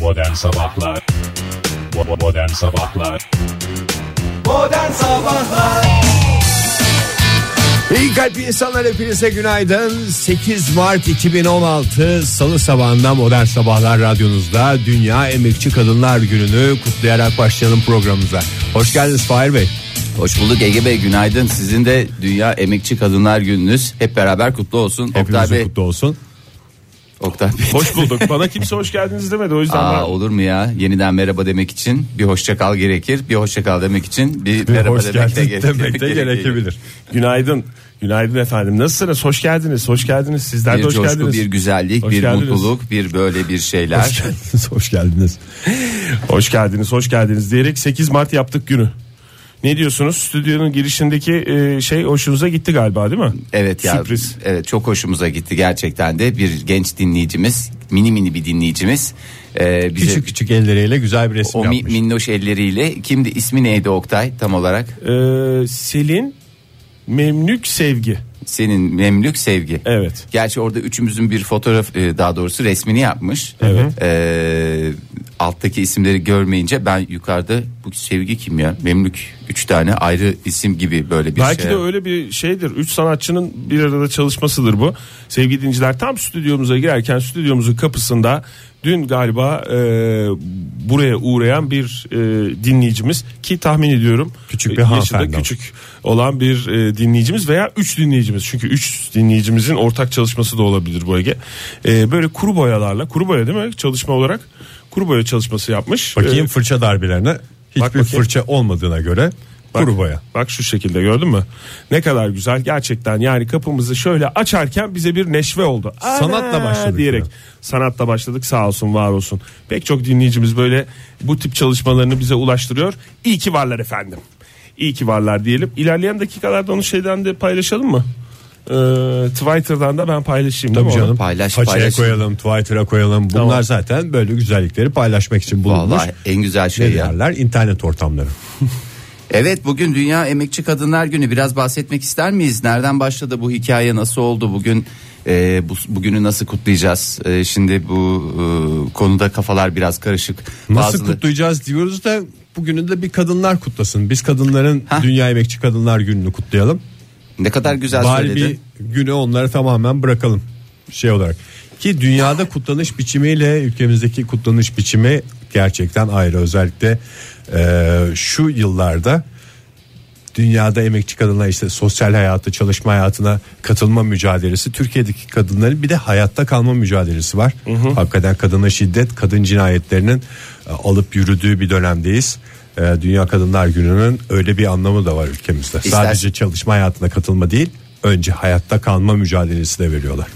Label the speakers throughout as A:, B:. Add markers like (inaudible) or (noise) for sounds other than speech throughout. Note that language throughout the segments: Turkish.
A: Modern Sabahlar Bo- Modern Sabahlar
B: Modern Sabahlar
C: İyi kalpli insanlar hepinize günaydın. 8 Mart 2016 Salı sabahında Modern Sabahlar Radyonuzda Dünya Emekçi Kadınlar Günü'nü kutlayarak başlayalım programımıza. Hoş geldiniz Fahir Bey.
D: Hoş bulduk Ege Bey günaydın sizin de Dünya Emekçi Kadınlar Gününüz hep beraber kutlu olsun Oktay
C: Hepinizin
D: Bey
C: kutlu olsun.
D: Oktay Bey
E: Hoş bulduk. Bana kimse hoş geldiniz demedi. O yüzden
D: Aa,
E: ben-
D: olur mu ya yeniden merhaba demek için bir hoşça kal gerekir bir hoşça kal demek için bir,
C: Bir
D: merhaba
C: hoş
D: demek
E: (laughs)
D: de,
C: geldin
D: gere-
C: demek de
D: (laughs)
C: gerekebilir.
E: günaydın. Günaydın efendim. Nasılsınız? Hoş geldiniz. Hoş geldiniz. Sizler
D: Bir
E: de hoş
D: coşku
E: geldiniz.
D: bir güzellik
E: Hoş
D: bir
E: geldiniz.
D: mutluluk bir böyle bir
C: Hoş
D: şeyler
C: geldiniz, hoş geldiniz.
E: Hoş geldiniz. Hoş geldiniz diyerek 8 Mart yaptık günü. Ne diyorsunuz? Stüdyonun girişindeki e, şey hoşunuza gitti galiba değil mi?
D: Evet ya.
E: Sürpriz.
D: Evet çok hoşumuza gitti gerçekten de bir genç dinleyicimiz mini mini bir dinleyicimiz e, bize
C: Küçük küçük elleriyle güzel bir resim
D: o mi-
C: yapmış.
D: minnoş elleriyle kimdi ismi neydi Oktay tam olarak
E: E, Selin Memlük Sevgi.
D: senin memlük sevgi.
E: Evet.
D: Gerçi orada üçümüzün bir fotoğraf e, daha doğrusu resmini yapmış.
E: Evet.
D: Ee, alttaki isimleri görmeyince ben yukarıda bu sevgi kim ya? Memlük üç tane ayrı isim gibi böyle bir
E: Belki
D: şey.
E: de öyle bir şeydir. Üç sanatçının bir arada çalışmasıdır bu. Sevgili dinleyiciler tam stüdyomuza girerken stüdyomuzun kapısında dün galiba e, buraya uğrayan bir e, dinleyicimiz ki tahmin ediyorum
C: Küçük bir
E: e, yaşında
C: hanımefendi.
E: küçük olan bir e, dinleyicimiz veya üç dinleyicimiz çünkü üç dinleyicimizin ortak çalışması da olabilir bu Ege. E, böyle kuru boyalarla kuru boya değil mi çalışma olarak kuru boya çalışması yapmış.
C: Bakayım
E: E,
C: fırça darbelerine. Hiçbir
E: bakayım.
C: fırça olmadığına göre
E: Bak,
C: kuru boya.
E: Bak şu şekilde gördün mü? Ne kadar güzel gerçekten yani kapımızı şöyle açarken bize bir neşve oldu. Ana
C: Sanatla başladık
E: Diyerek
C: ya.
E: sanatla başladık sağ olsun var olsun. Pek çok dinleyicimiz böyle bu tip çalışmalarını bize ulaştırıyor. İyi ki varlar efendim. İyi ki varlar diyelim. İlerleyen dakikalarda onu şeyden de paylaşalım mı? Ee, Twitter'dan da ben paylaşayım
C: Tabii
E: değil mi onu?
C: canım.
D: Paylaş,
C: Façaya
D: paylaş.
C: koyalım, Twitter'a koyalım. Bunlar
E: Tamam.
C: zaten böyle güzellikleri paylaşmak için bulunmuş.
D: Vallahi en güzel
C: Ne
D: şey ya.
C: derler? İnternet ortamları.
D: Evet bugün Dünya Emekçi Kadınlar Günü biraz bahsetmek ister miyiz? Nereden başladı bu hikaye nasıl oldu bugün? e, bu, bugünü nasıl kutlayacağız? E, şimdi bu e, konuda kafalar biraz karışık.
C: Nasıl
D: Bazıları-
C: kutlayacağız diyoruz da bugünü de bir kadınlar kutlasın. Biz kadınların
D: Hah.
C: Dünya Emekçi Kadınlar Günü'nü kutlayalım.
D: Ne kadar güzel
C: Bari
D: söyledi.
C: bir günü onlara tamamen bırakalım şey olarak. Ki dünyada kutlanış biçimiyle ülkemizdeki kutlanış biçimi gerçekten ayrı. Özellikle e, şu yıllarda dünyada emekçi kadınlar işte sosyal hayatı, çalışma hayatına katılma mücadelesi, Türkiye'deki kadınların bir de hayatta kalma mücadelesi var. Hakikaten kadına şiddet, kadın cinayetlerinin e, alıp yürüdüğü bir dönemdeyiz. E, Dünya Kadınlar Günü'nün öyle bir anlamı da var ülkemizde. Sadece çalışma hayatına katılma değil, önce hayatta kalma mücadelesi de veriyorlar.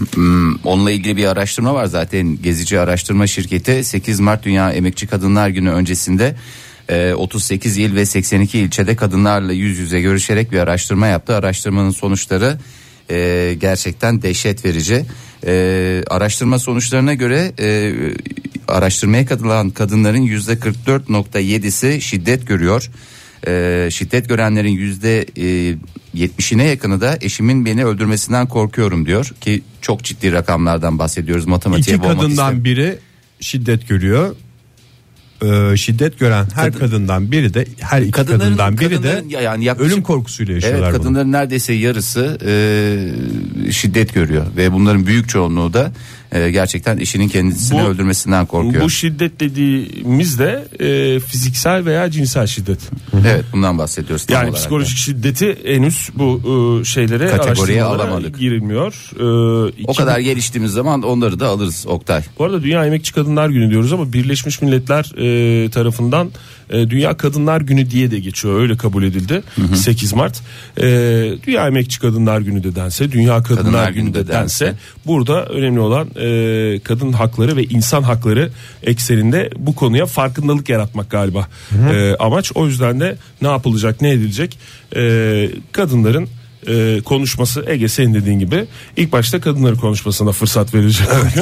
D: Onunla ilgili bir araştırma var zaten gezici araştırma şirketi 8 Mart Dünya Emekçi Kadınlar Günü öncesinde e, 38 il ve 82 ilçede kadınlarla yüz yüze görüşerek bir araştırma yaptı. Araştırmanın sonuçları e, gerçekten dehşet verici. E, Araştırma sonuçlarına göre e, araştırmaya katılan kadınların yüzde %44.7'si şiddet görüyor. Ee, şiddet görenlerin yüzde e, yetmişine yakını da eşimin beni öldürmesinden korkuyorum diyor ki çok ciddi rakamlardan bahsediyoruz matematiğe
C: İki
D: boğmak
C: kadından
D: istemiyorum.
C: biri şiddet görüyor. Ee, şiddet gören her kadından biri de her iki
D: Kadınların-
C: kadından biri de
D: kadınların yani yaklaşık-
C: ölüm korkusuyla yaşıyorlar
D: Evet
C: bunu.
D: kadınların neredeyse yarısı e, şiddet görüyor ve bunların büyük çoğunluğu da e, gerçekten eşinin kendisini
E: Bu-
D: öldürmesinden korkuyor.
E: Bu şiddet dediğimiz de e, fiziksel veya cinsel şiddet.
D: evet bundan bahsediyoruz tam
E: Yani
D: olarak.
E: psikolojik şiddeti henüz bu e, şeylere
D: Kategoriye
E: araştırmalara
D: alamadık.
E: girilmiyor. E,
D: O
E: iki-
D: kadar geliştiğimiz zaman onları da alırız Oktay.
E: Bu arada Dünya Emekçi Kadınlar Günü diyoruz ama Birleşmiş Milletler e, tarafından e, Dünya Kadınlar Günü diye de geçiyor. Öyle kabul edildi. 8 Mart. E, Dünya Emekçi Kadınlar Günü de dense, Dünya Kadınlar,
D: Kadınlar
E: Günü de dense,
D: dense.
E: burada önemli olan e, kadın hakları ve insan hakları ekseninde bu konuya farkındalık yaratmak galiba E, amaç. O yüzden de ne yapılacak, ne edilecek? E, kadınların e, konuşması Ege senin dediğin gibi ilk başta kadınları konuşmasına fırsat verilecek bugün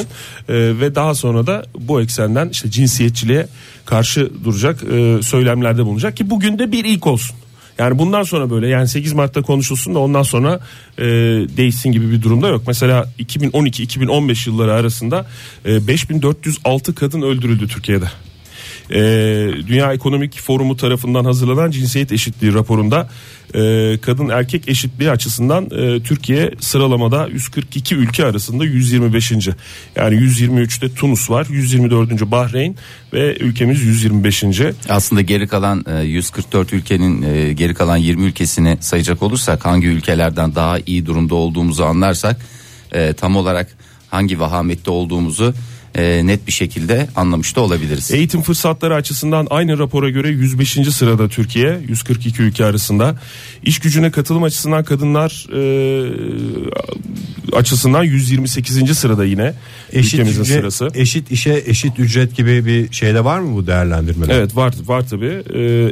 E: E, ve daha sonra da bu eksenden işte cinsiyetçiliğe karşı duracak e, söylemlerde bulunacak ki bugün de bir ilk olsun. Yani bundan sonra böyle yani 8 Mart'ta konuşulsun da ondan sonra e, değişsin gibi bir durumda yok. Mesela 2012-2015 yılları arasında e, 5406 kadın öldürüldü Türkiye'de. E, Dünya Ekonomik Forumu tarafından hazırlanan cinsiyet eşitliği raporunda e, kadın erkek eşitliği açısından e, Türkiye sıralamada 142 ülke arasında 125. Yani 123'te Tunus var, 124. Bahreyn ve ülkemiz 125.
D: Aslında geri kalan e, 144 ülkenin e, geri kalan 20 ülkesini sayacak olursak hangi ülkelerden daha iyi durumda olduğumuzu anlarsak e, tam olarak hangi vahamette olduğumuzu e, net bir şekilde anlamış da olabiliriz.
E: Eğitim fırsatları açısından aynı rapora göre 105. sırada Türkiye 142 ülke arasında. İş gücüne katılım açısından kadınlar e, açısından 128. sırada yine ülkemizin
C: ücret-
E: sırası.
C: eşit işe eşit ücret gibi bir şeyde var mı bu değerlendirmede?
E: Evet var var tabi.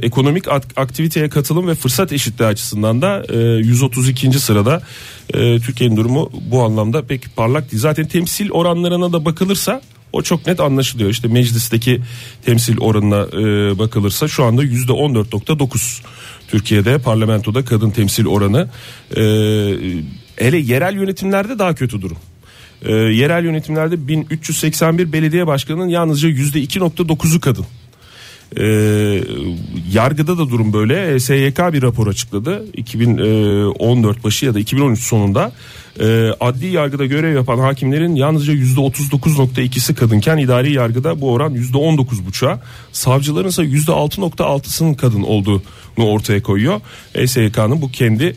E: ekonomik ak- aktiviteye katılım ve fırsat eşitliği açısından da e, 132. sırada e, Türkiye'nin durumu bu anlamda pek parlak değil. Zaten temsil oranlarına da bakılırsa o çok net anlaşılıyor. İşte meclisteki temsil oranına e, bakılırsa şu anda %14.9 Türkiye'de parlamentoda kadın temsil oranı. E, hele yerel yönetimlerde daha kötü durum. Ee, yerel yönetimlerde 1381 belediye başkanının yalnızca %2.9'u kadın. Ee, yargıda da durum böyle. Ee, SYK bir rapor açıkladı. 2014 başı ya da 2013 sonunda Ee, adli yargıda görev yapan hakimlerin yalnızca %39.2'si kadınken idari yargıda bu oran %19.5'a, savcıların ise %6.6'sının kadın olduğunu ortaya koyuyor. SYK'nın bu kendi e,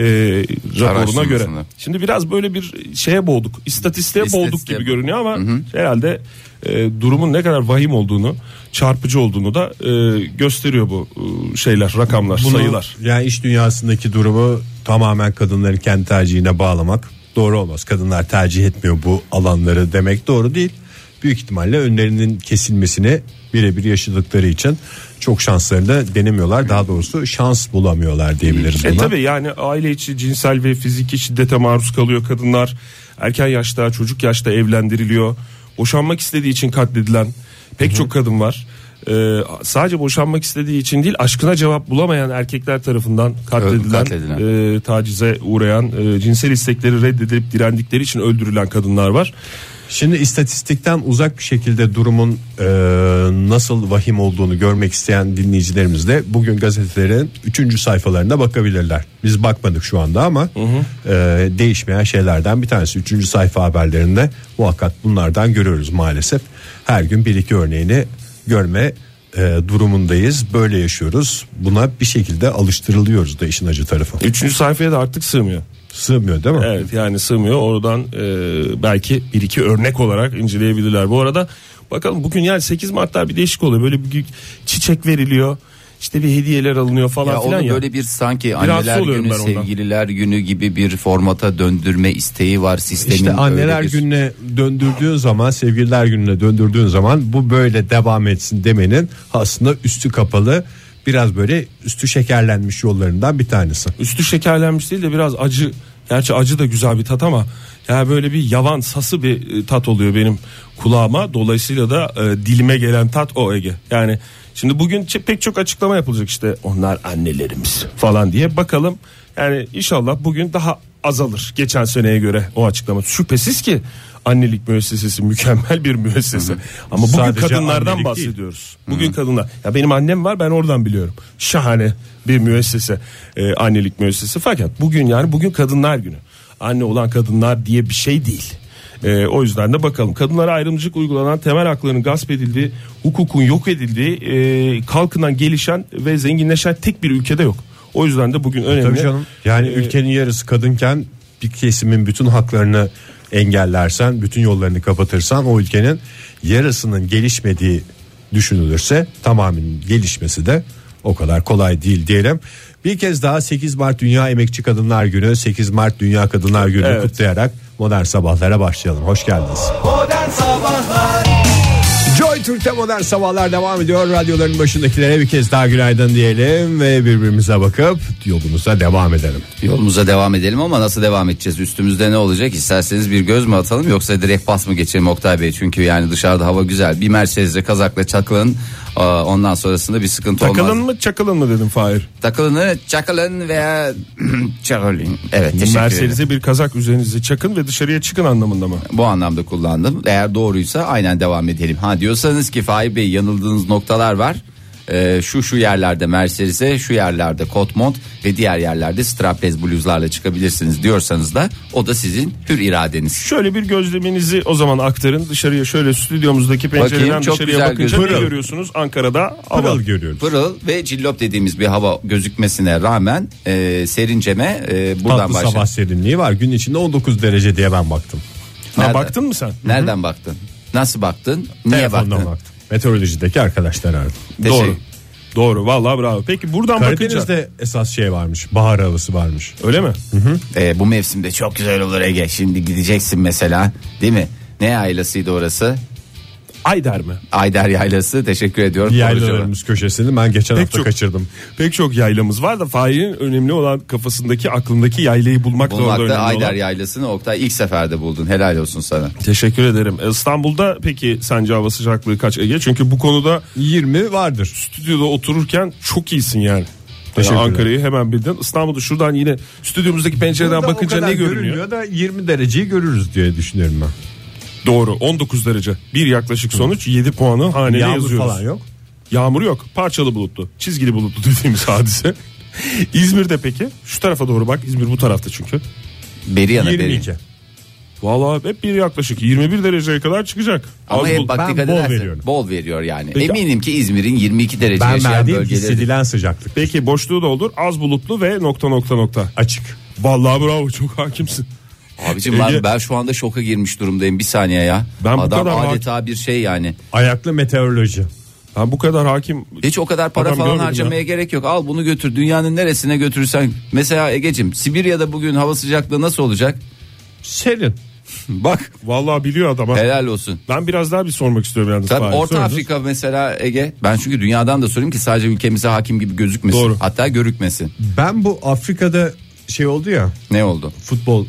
E: raporuna
D: Araştırmasını.
E: göre. Şimdi biraz böyle bir şeye boğduk. İstatistiğe boğduk
D: İstatistiğe-
E: gibi görünüyor ama herhalde e, durumun ne kadar vahim olduğunu, çarpıcı olduğunu da e, gösteriyor bu e, şeyler, rakamlar,
C: Bunu-
E: sayılar.
C: Yani iş dünyasındaki durumu tamamen kadınların kendi tercihine bağlamak doğru olmaz. Kadınlar tercih etmiyor bu alanları demek doğru değil. Büyük ihtimalle önlerinin kesilmesini birebir yaşadıkları için çok şanslarını da denemiyorlar. Daha doğrusu şans bulamıyorlar diyebiliriz buna.
E: E tabii yani aile içi cinsel ve fiziki şiddete maruz kalıyor kadınlar. Erken yaşta, çocuk yaşta evlendiriliyor. Boşanmak istediği için katledilen pek çok kadın var. E, sadece boşanmak istediği için değil, aşkına cevap bulamayan erkekler tarafından katledilen,
D: katledilen.
E: e, e, tacize uğrayan, e, cinsel istekleri reddedilip direndikleri için öldürülen kadınlar var.
C: Şimdi istatistikten uzak bir şekilde durumun e, nasıl vahim olduğunu görmek isteyen dinleyicilerimiz de bugün gazetelerin 3. sayfalarına bakabilirler. Biz bakmadık şu anda ama e, değişmeyen şeylerden bir tanesi 3. sayfa haberlerinde muhakkak bunlardan görüyoruz maalesef. Her gün bir iki örneğini görme e, durumundayız. Böyle yaşıyoruz. Buna bir şekilde alıştırılıyoruz da işin acı tarafı.
E: Üçüncü sayfaya da artık sığmıyor.
C: Sığmıyor değil mi?
E: Evet yani sığmıyor. Oradan e, belki bir iki örnek olarak inceleyebilirler. Bu arada bakalım bugün yani 8 Mart'ta bir değişik oluyor. Böyle bir çiçek veriliyor. İşte bir hediyeler alınıyor falan
D: Ya
E: filan
D: onu
E: ya.
D: böyle bir sanki
E: Rahatsız
D: anneler
E: oluyorum
D: günü,
E: ben ondan.
D: sevgililer günü gibi bir formata döndürme isteği var sistemin.
C: İşte anneler
D: öyle bir-
C: gününe döndürdüğün zaman sevgililer gününe döndürdüğün zaman bu böyle devam etsin demenin aslında üstü kapalı biraz böyle üstü şekerlenmiş yollarından bir tanesi.
E: Üstü şekerlenmiş değil de biraz acı. Gerçi acı da güzel bir tat ama ya böyle bir yavan sası bir e, tat oluyor benim kulağıma. Dolayısıyla da e, dilime gelen tat o Ege. Yani şimdi bugün çe- pek çok açıklama yapılacak işte onlar annelerimiz falan diye. Bakalım yani inşallah bugün daha azalır geçen seneye göre o açıklama. Şüphesiz ki annelik müessesesi mükemmel bir müessese. Ama bugün
C: Sadece annelik
E: kadınlardan
C: değil.
E: bahsediyoruz diyoruz. Bugün kadınlar. Ya benim annem var ben oradan biliyorum. Şahane bir müessese. e, annelik müessesesi. Fakat bugün yani bugün kadınlar günü. Anne olan kadınlar diye bir şey değil. E, o yüzden de bakalım. Kadınlara ayrımcılık uygulanan temel hakların gasp edildiği, hukukun yok edildiği, e, kalkınan gelişen ve zenginleşen tek bir ülkede yok. O yüzden de bugün önemli.
C: Tabii canım. Ee, Yani
E: E,
C: ülkenin yarısı kadınken bir kesimin bütün haklarını engellersen, bütün yollarını kapatırsan o ülkenin yarısının gelişmediği düşünülürse tamamının gelişmesi de o kadar kolay değil diyelim. Bir kez daha 8 Mart Dünya Emekçi Kadınlar Günü, 8 Mart Dünya Kadınlar Günü
E: Evet.
C: kutlayarak modern sabahlara başlayalım. Hoş geldiniz.
B: Modern Sabahlar
C: Joy Türk'te modern sabahlar devam ediyor. Radyoların başındakilere bir kez daha günaydın diyelim ve birbirimize bakıp yolumuza devam edelim.
D: Yolumuza devam edelim ama nasıl devam edeceğiz? Üstümüzde ne olacak? İsterseniz bir göz mü atalım yoksa direkt pas mı geçelim Oktay Bey? Çünkü yani dışarıda hava güzel. Bir Mercedes'le kazakla çakılın Ee, Ondan sonrasında bir sıkıntı
E: Takılın
D: olmaz.
E: mı çakılın mı dedim Fahir.
D: Takılını çakılın veya (clears throat) çakılın. Evet teşekkür ederim.
E: Mercedes'e bir kazak üzerinize çakın ve dışarıya çıkın anlamında mı?
D: Bu anlamda kullandım. Eğer doğruysa aynen devam edelim. Ha diyorsanız ki Fahir Bey yanıldığınız noktalar var. Ee, şu şu yerlerde Mercedes'e şu yerlerde kot mont ve diğer yerlerde strapless bluzlarla çıkabilirsiniz diyorsanız da o da sizin hür iradeniz.
E: Şöyle bir gözleminizi o zaman aktarın. Dışarıya şöyle stüdyomuzdaki pencereden
D: Bakayım, çok
E: dışarıya
D: güzel
E: bakınca ne
D: gözüküyor.
E: görüyorsunuz? Ankara'da hava.
C: Pırıl görüyoruz.
D: Pırıl ve cillop dediğimiz bir hava gözükmesine rağmen e, serinceme e, buradan
C: Tatlı sabah
D: başlayalım.
C: serinliği var. Gün içinde 19 derece diye ben baktım.
E: Ha,
D: Nerede?
E: baktın mı sen?
D: Nereden baktın? Nasıl baktın? Niye
C: Telefondan
D: baktın?
C: baktım. Meteorolojideki arkadaşlar aradı.
D: Teşekkür-
E: Doğru. Doğru vallahi bravo. Peki buradan bakınca
C: Karadeniz'de esas şey varmış. Bahar havası varmış.
E: öyle mi?
D: Ee, bu mevsimde çok güzel olur Ege. Şimdi gideceksin mesela değil mi? Ne yaylasıydı orası?
E: Ayder mi?
D: Ayder Yaylası. Teşekkür ediyorum. Doğru
C: Yaylalarımız köşesini ben geçen hafta
E: çok-
C: kaçırdım.
E: Pek çok yaylamız var da Fahir'in önemli olan kafasındaki aklındaki yaylayı bulmak da orada
D: Bulmakta
E: önemli
D: Ayder
E: olan.
D: Yaylası'nı Oktay ilk seferde buldun. Helal olsun sana.
E: Teşekkür ederim. E, İstanbul'da peki sence hava sıcaklığı kaç Ege? Çünkü bu konuda
C: 20 vardır.
E: stüdyoda otururken çok iyisin yani. yani
C: Teşekkürler.
E: Ankara'yı hemen bildin. İstanbul'da şuradan yine stüdyomuzdaki pencereden
C: Burada o
E: bakınca
C: kadar
E: ne görünüyor?
C: görünmüyor da 20 dereceyi görürüz diye düşünüyorum ben.
E: Doğru 19 derece. Bir yaklaşık sonuç 7 puanı haneye
C: Yağmur
E: yazıyoruz.
C: falan yok.
E: Yağmur yok. Parçalı bulutlu. Çizgili bulutlu dediğimiz hadise. (laughs) İzmir'de peki? Şu tarafa doğru bak. İzmir bu tarafta çünkü.
D: Beri yana beri.
C: 22.
E: Vallahi hep bir yaklaşık 21 dereceye kadar çıkacak.
D: Ama
E: Az
D: hep
E: bulut.
D: bak
C: ben
D: dikkat
C: bol
D: edersen
C: veriyorum.
D: bol veriyor yani.
E: Peki.
D: Eminim ki İzmir'in 22 derece
C: Ben
D: yaşayan
C: verdiğim
D: bölgeleri.
C: hissedilen sıcaklık.
E: Peki boşluğu da olur. Az bulutlu ve nokta nokta nokta.
C: Açık.
E: Vallahi bravo çok hakimsin.
D: Abicim ben,
E: Ege-
D: ben şu anda şoka girmiş durumdayım bir saniye ya.
E: Ben bu
D: Adam
E: kadar hak-
D: adeta bir şey yani.
C: Ayaklı meteoroloji.
E: Ben bu kadar hakim
D: Hiç o kadar para
E: Adam
D: falan
E: görmedim
D: harcamaya gerek yok. Al bunu götür dünyanın neresine götürürsen. Mesela Ege'cim Sibirya'da bugün hava sıcaklığı nasıl olacak?
C: Serin.
D: Bak
E: vallahi biliyor adam. ha.
D: helal olsun.
E: Ben biraz daha bir sormak istiyorum yalnız.
D: Tabii
E: Fahir.
D: Orta
E: Sorunuz.
D: Afrika mesela Ege. Ben çünkü dünyadan da sorayım ki sadece ülkemize hakim gibi gözükmesin.
E: Doğru.
D: Hatta görükmesin.
C: Ben bu Afrika'da şey oldu ya
D: Ne oldu?
C: futbol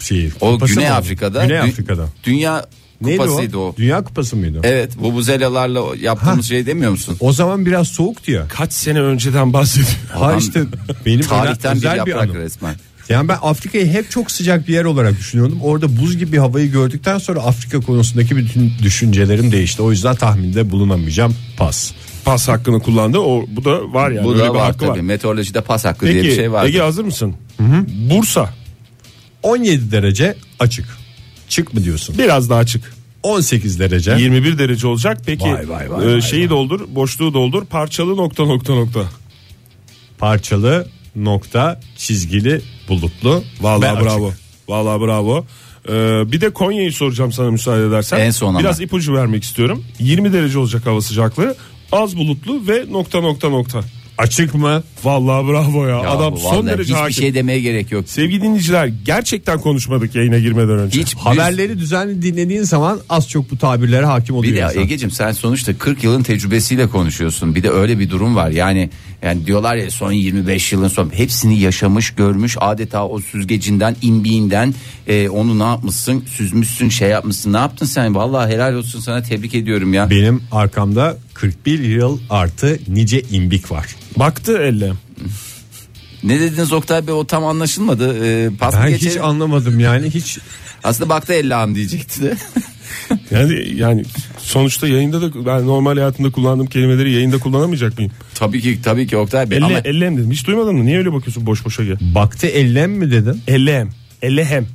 C: şeyi.
D: O
C: kupası
D: Güney
C: mı oldu?
D: Afrika'da.
C: Güney
D: dü-
C: Afrika'da.
D: Dünya
C: Neydi
D: kupasıydı o. E,
C: Dünya kupası mıydı?
D: Evet bu buzelalarla yaptığımız şey demiyor musun?
C: O zaman biraz soğuktu ya.
E: Kaç sene önceden bahsediyor. (laughs)
C: Ha
D: Adam-
C: işte benim
D: Tarihten bir
C: özel bir,
D: yaprak
C: anım.
D: resmen.
C: Yani ben Afrika'yı hep çok sıcak bir yer olarak düşünüyordum. Orada buz gibi bir havayı gördükten sonra Afrika konusundaki bütün düşüncelerim değişti. O yüzden tahminde bulunamayacağım. Pas.
E: Pas hakkını kullandı. O bu da var yani.
D: bu
E: Öyle
D: da
E: bir
D: var
E: hakkı
D: tabii.
E: var.
D: Meteorolojide pas hakkı diye
E: Peki
D: bir şey var.
E: Ege hazır mısın? Bursa
C: 17 derece açık. Çık mı diyorsun?
E: biraz daha açık.
C: 18 derece.
E: 21 derece olacak. Peki
C: Vay, vay, vay,
E: e,
C: vay,
E: şeyi doldur, boşluğu doldur. Parçalı nokta nokta nokta.
C: Parçalı nokta çizgili bulutlu. ve
E: Vallahi
C: açık.
E: bravo. Vallahi bravo. Ee, bir de Konya'yı soracağım sana müsaade edersen.
D: En son ama.
E: Biraz ipucu vermek istiyorum. 20 derece olacak hava sıcaklığı. Az bulutlu ve nokta nokta nokta.
C: Açık mı?
E: Vallahi bravo ya.
D: Ya
E: Adam
D: bu
E: son
D: vallahi
E: derece
D: hiçbir
E: hakim.
D: şey demeye gerek yok.
E: Sevgili dinleyiciler gerçekten konuşmadık yayına girmeden önce.
D: Hiç
C: Haberleri düzenli dinlediğin zaman az çok bu tabirlere hakim oluyor
D: Bir de
C: insan.
D: Ege'cim sen sonuçta 40 yılın tecrübesiyle konuşuyorsun. Bir de öyle bir durum var. Yani yani diyorlar ya son 25 yılın son hepsini yaşamış, görmüş. Adeta o süzgecinden, imbiğinden e, onu ne yapmışsın? Süzmüşsün, şey yapmışsın. Ne yaptın sen? Vallahi helal olsun sana tebrik ediyorum ya.
C: Benim arkamda 41 yıl artı nice imbik var.
E: Baktı elle.
D: Ne dediniz Oktay Bey o tam anlaşılmadı. E, pas mı
C: Ben hiç
D: geçelim?
C: anlamadım yani (laughs) hiç
D: Aslında baktı ellam diyecekti
E: (laughs)
D: de.
E: Yani yani sonuçta yayında da ben normal hayatımda kullandığım kelimeleri yayında kullanamayacak mıyım?
D: tabii ki tabii ki Oktay Bey
E: Elle,
D: ama
E: ellem dedim. Hiç duymadın mı? Niye öyle bakıyorsun boş boşa gel?
C: baktı ellem mi dedin?
E: Ellehem. Ellehem.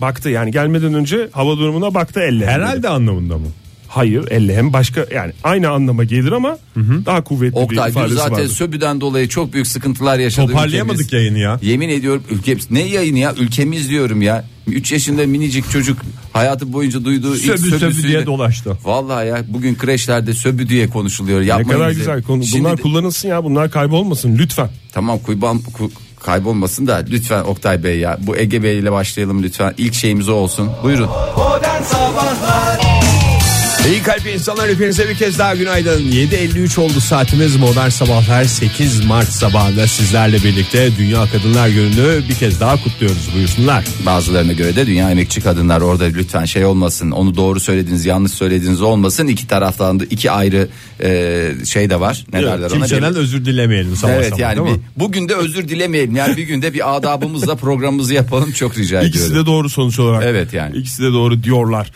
E: Baktı yani gelmeden önce hava durumuna baktı ellehem. dedi.
C: Herhalde anlamında mı?
E: Hayır ellehem başka yani aynı anlama gelir ama daha kuvvetli bir
D: Oktay Gül
E: ifadesi
D: zaten
E: vardır.
D: söbüden dolayı çok büyük sıkıntılar yaşadı.
C: Toparlayamadık
D: ülkemiz.
C: yayını ya.
D: Yemin ediyorum ülkemiz ne yayını ya ülkemiz diyorum ya. 3 yaşında minicik çocuk hayatı boyunca duyduğu ilk
C: Söbü söbü,
D: söbüsüyle-
C: diye dolaştı.
D: Vallahi ya bugün kreşlerde söbü diye konuşuluyor.
E: Ne
D: Yapmayın
E: kadar
D: bize.
E: güzel konu.
D: Şimdi
E: Bunlar
D: de-
E: kullanılsın ya bunlar kaybolmasın lütfen.
D: tamam kuyban ku- kaybolmasın da lütfen Oktay Bey ya. Bu Ege Bey ile başlayalım lütfen. İlk şeyimiz o olsun. Buyurun.
B: Modern Sabahlar
C: İyi kalpli insanlar hepinize bir kez daha günaydın. 7.53 oldu saatimiz modern sabahlar 8 Mart sabahında sizlerle birlikte Dünya Kadınlar Günü'nü bir kez daha kutluyoruz buyursunlar.
D: Bazılarına göre de dünya emekçi kadınlar orada lütfen şey olmasın. Onu doğru söylediniz, yanlış söylediniz olmasın. İki taraftan da iki ayrı e, şey de var. Ne derler ona?
C: Kimseden özür dilemeyelim sabah
D: evet
C: sabah
D: yani
C: değil mi?
D: bir- bugün de özür dilemeyelim. Yani bir günde bir adabımızla programımızı yapalım çok rica
E: İkisi
D: ediyorum.
E: de doğru sonuç olarak.
D: Evet yani.
E: İkisi de doğru diyorlar.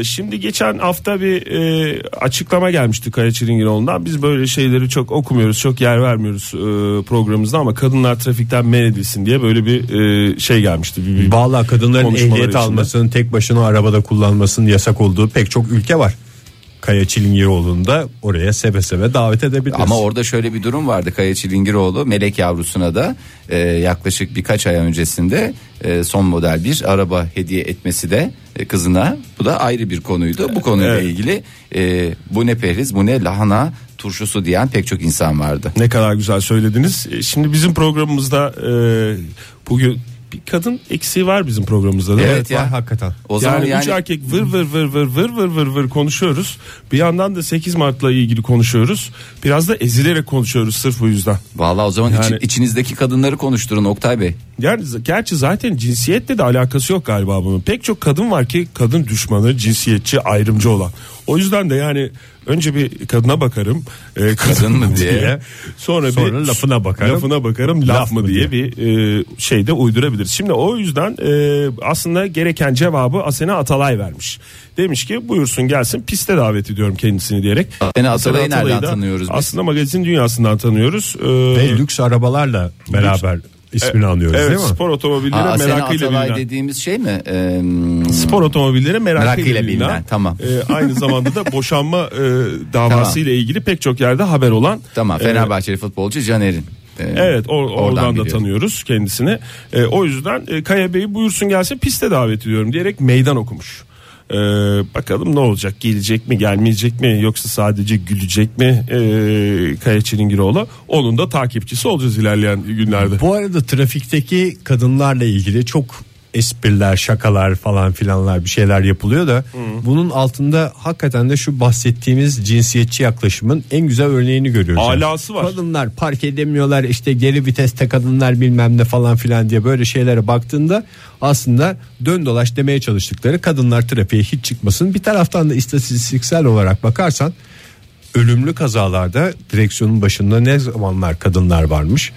E: Ee, şimdi geçen hafta bir e, açıklama gelmişti Kaya Çiringiroğlu'ndan. Biz böyle şeyleri çok okumuyoruz, çok yer vermiyoruz e, programımızda ama kadınlar trafikten men edilsin diye böyle bir e, şey gelmişti. Bir, bir-
C: Vallahi kadınların
E: Konuşmaları
C: ehliyet
E: içinde.
C: almasının tek başına arabada kullanmasının yasak olduğu pek çok ülke var. Kaya Çilingiroğlu'nu da oraya seve seve davet edebiliriz.
D: Ama orada şöyle bir durum vardı Kaya Çilingiroğlu melek yavrusuna da e, yaklaşık birkaç ay öncesinde e, son model bir araba hediye etmesi de e, kızına bu da ayrı bir konuydu. Bu konuyla
E: Evet.
D: ilgili e, bu ne periz bu ne lahana turşusu diyen pek çok insan vardı.
E: Ne kadar güzel söylediniz. E, Şimdi bizim programımızda e, bugün bir kadın eksiği var bizim programımızda değil mi?
D: Evet ya.
C: Var hakikaten.
D: O zaman
E: yani,
D: yani,
E: üç erkek vır vır vır vır vır vır vır vır konuşuyoruz. Bir yandan da 8 Mart'la ilgili konuşuyoruz. Biraz da ezilerek konuşuyoruz sırf bu yüzden.
D: vallahi o zaman içi-
E: Yani-
D: içinizdeki kadınları konuşturun Oktay Bey.
E: Yani z- gerçi zaten cinsiyetle de alakası yok galiba bunun. Pek çok kadın var ki kadın düşmanı, cinsiyetçi, ayrımcı olan. O yüzden de yani önce bir kadına bakarım, e, kadın, mı
D: mı
E: diye.
D: diye.
E: Sonra,
C: Sonra
E: bir
C: lafına bakarım.
E: Lafına bakarım, laf, mı diye, bir e, şey de uydurabiliriz. Şimdi o yüzden e, aslında gereken cevabı Asena Atalay vermiş. Demiş ki buyursun gelsin piste davet ediyorum kendisini diyerek.
D: Asena Atalay'ı nereden
E: Atalay'ı da
D: tanıyoruz biz?
E: Aslında magazin dünyasından tanıyoruz. E,
C: Ve lüks arabalarla beraber ismini anıyoruz
E: evet,
C: değil mi?
E: spor otomobilleri
D: Aa, Asena
E: merakıyla
D: Atalay
E: bilinen.
D: dediğimiz şey mi? Ee,
E: Spor otomobilleri merakıyla,
D: Merakıyla
E: bilinen,
D: bilinen, tamam.
E: e, aynı
D: (laughs)
E: zamanda da boşanma e, davasıyla ilgili pek çok yerde haber olan.
D: Tamam
E: e,
D: Fenerbahçeli futbolcu Caner'in. Ee,
E: Evet or- oradan, da
D: biliyorum.
E: tanıyoruz kendisini. E, o yüzden e, Kaya Bey'i buyursun gelsin piste davet ediyorum diyerek meydan okumuş. E, bakalım ne olacak gelecek mi gelmeyecek mi yoksa sadece gülecek mi e, Kaya Çilingiroğlu onun da takipçisi olacağız ilerleyen günlerde.
C: Bu arada trafikteki kadınlarla ilgili çok espriler, şakalar falan filanlar bir şeyler yapılıyor da bunun altında hakikaten de şu bahsettiğimiz cinsiyetçi yaklaşımın en güzel örneğini görüyoruz. yani.
E: Alası var.
C: Kadınlar park edemiyorlar işte geri viteste kadınlar bilmem ne falan filan diye böyle şeylere baktığında aslında dön dolaş demeye çalıştıkları kadınlar trafiğe hiç çıkmasın. Bir taraftan da istatistiksel olarak bakarsan ölümlü kazalarda direksiyonun başında ne zamanlar kadınlar varmış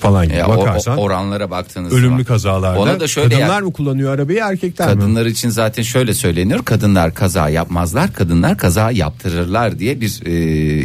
C: falan gibi
D: Ya, E, o- o-
C: bakarsan
D: oranlara baktığınız
C: ölümlü
D: zaman.
C: kazalarda
D: Ona da şöyle
C: kadınlar
D: kadınlar
C: mı kullanıyor arabayı erkekler mi?
D: Kadınlar için zaten şöyle söyleniyor. Kadınlar kaza yapmazlar, kadınlar kaza yaptırırlar diye bir e,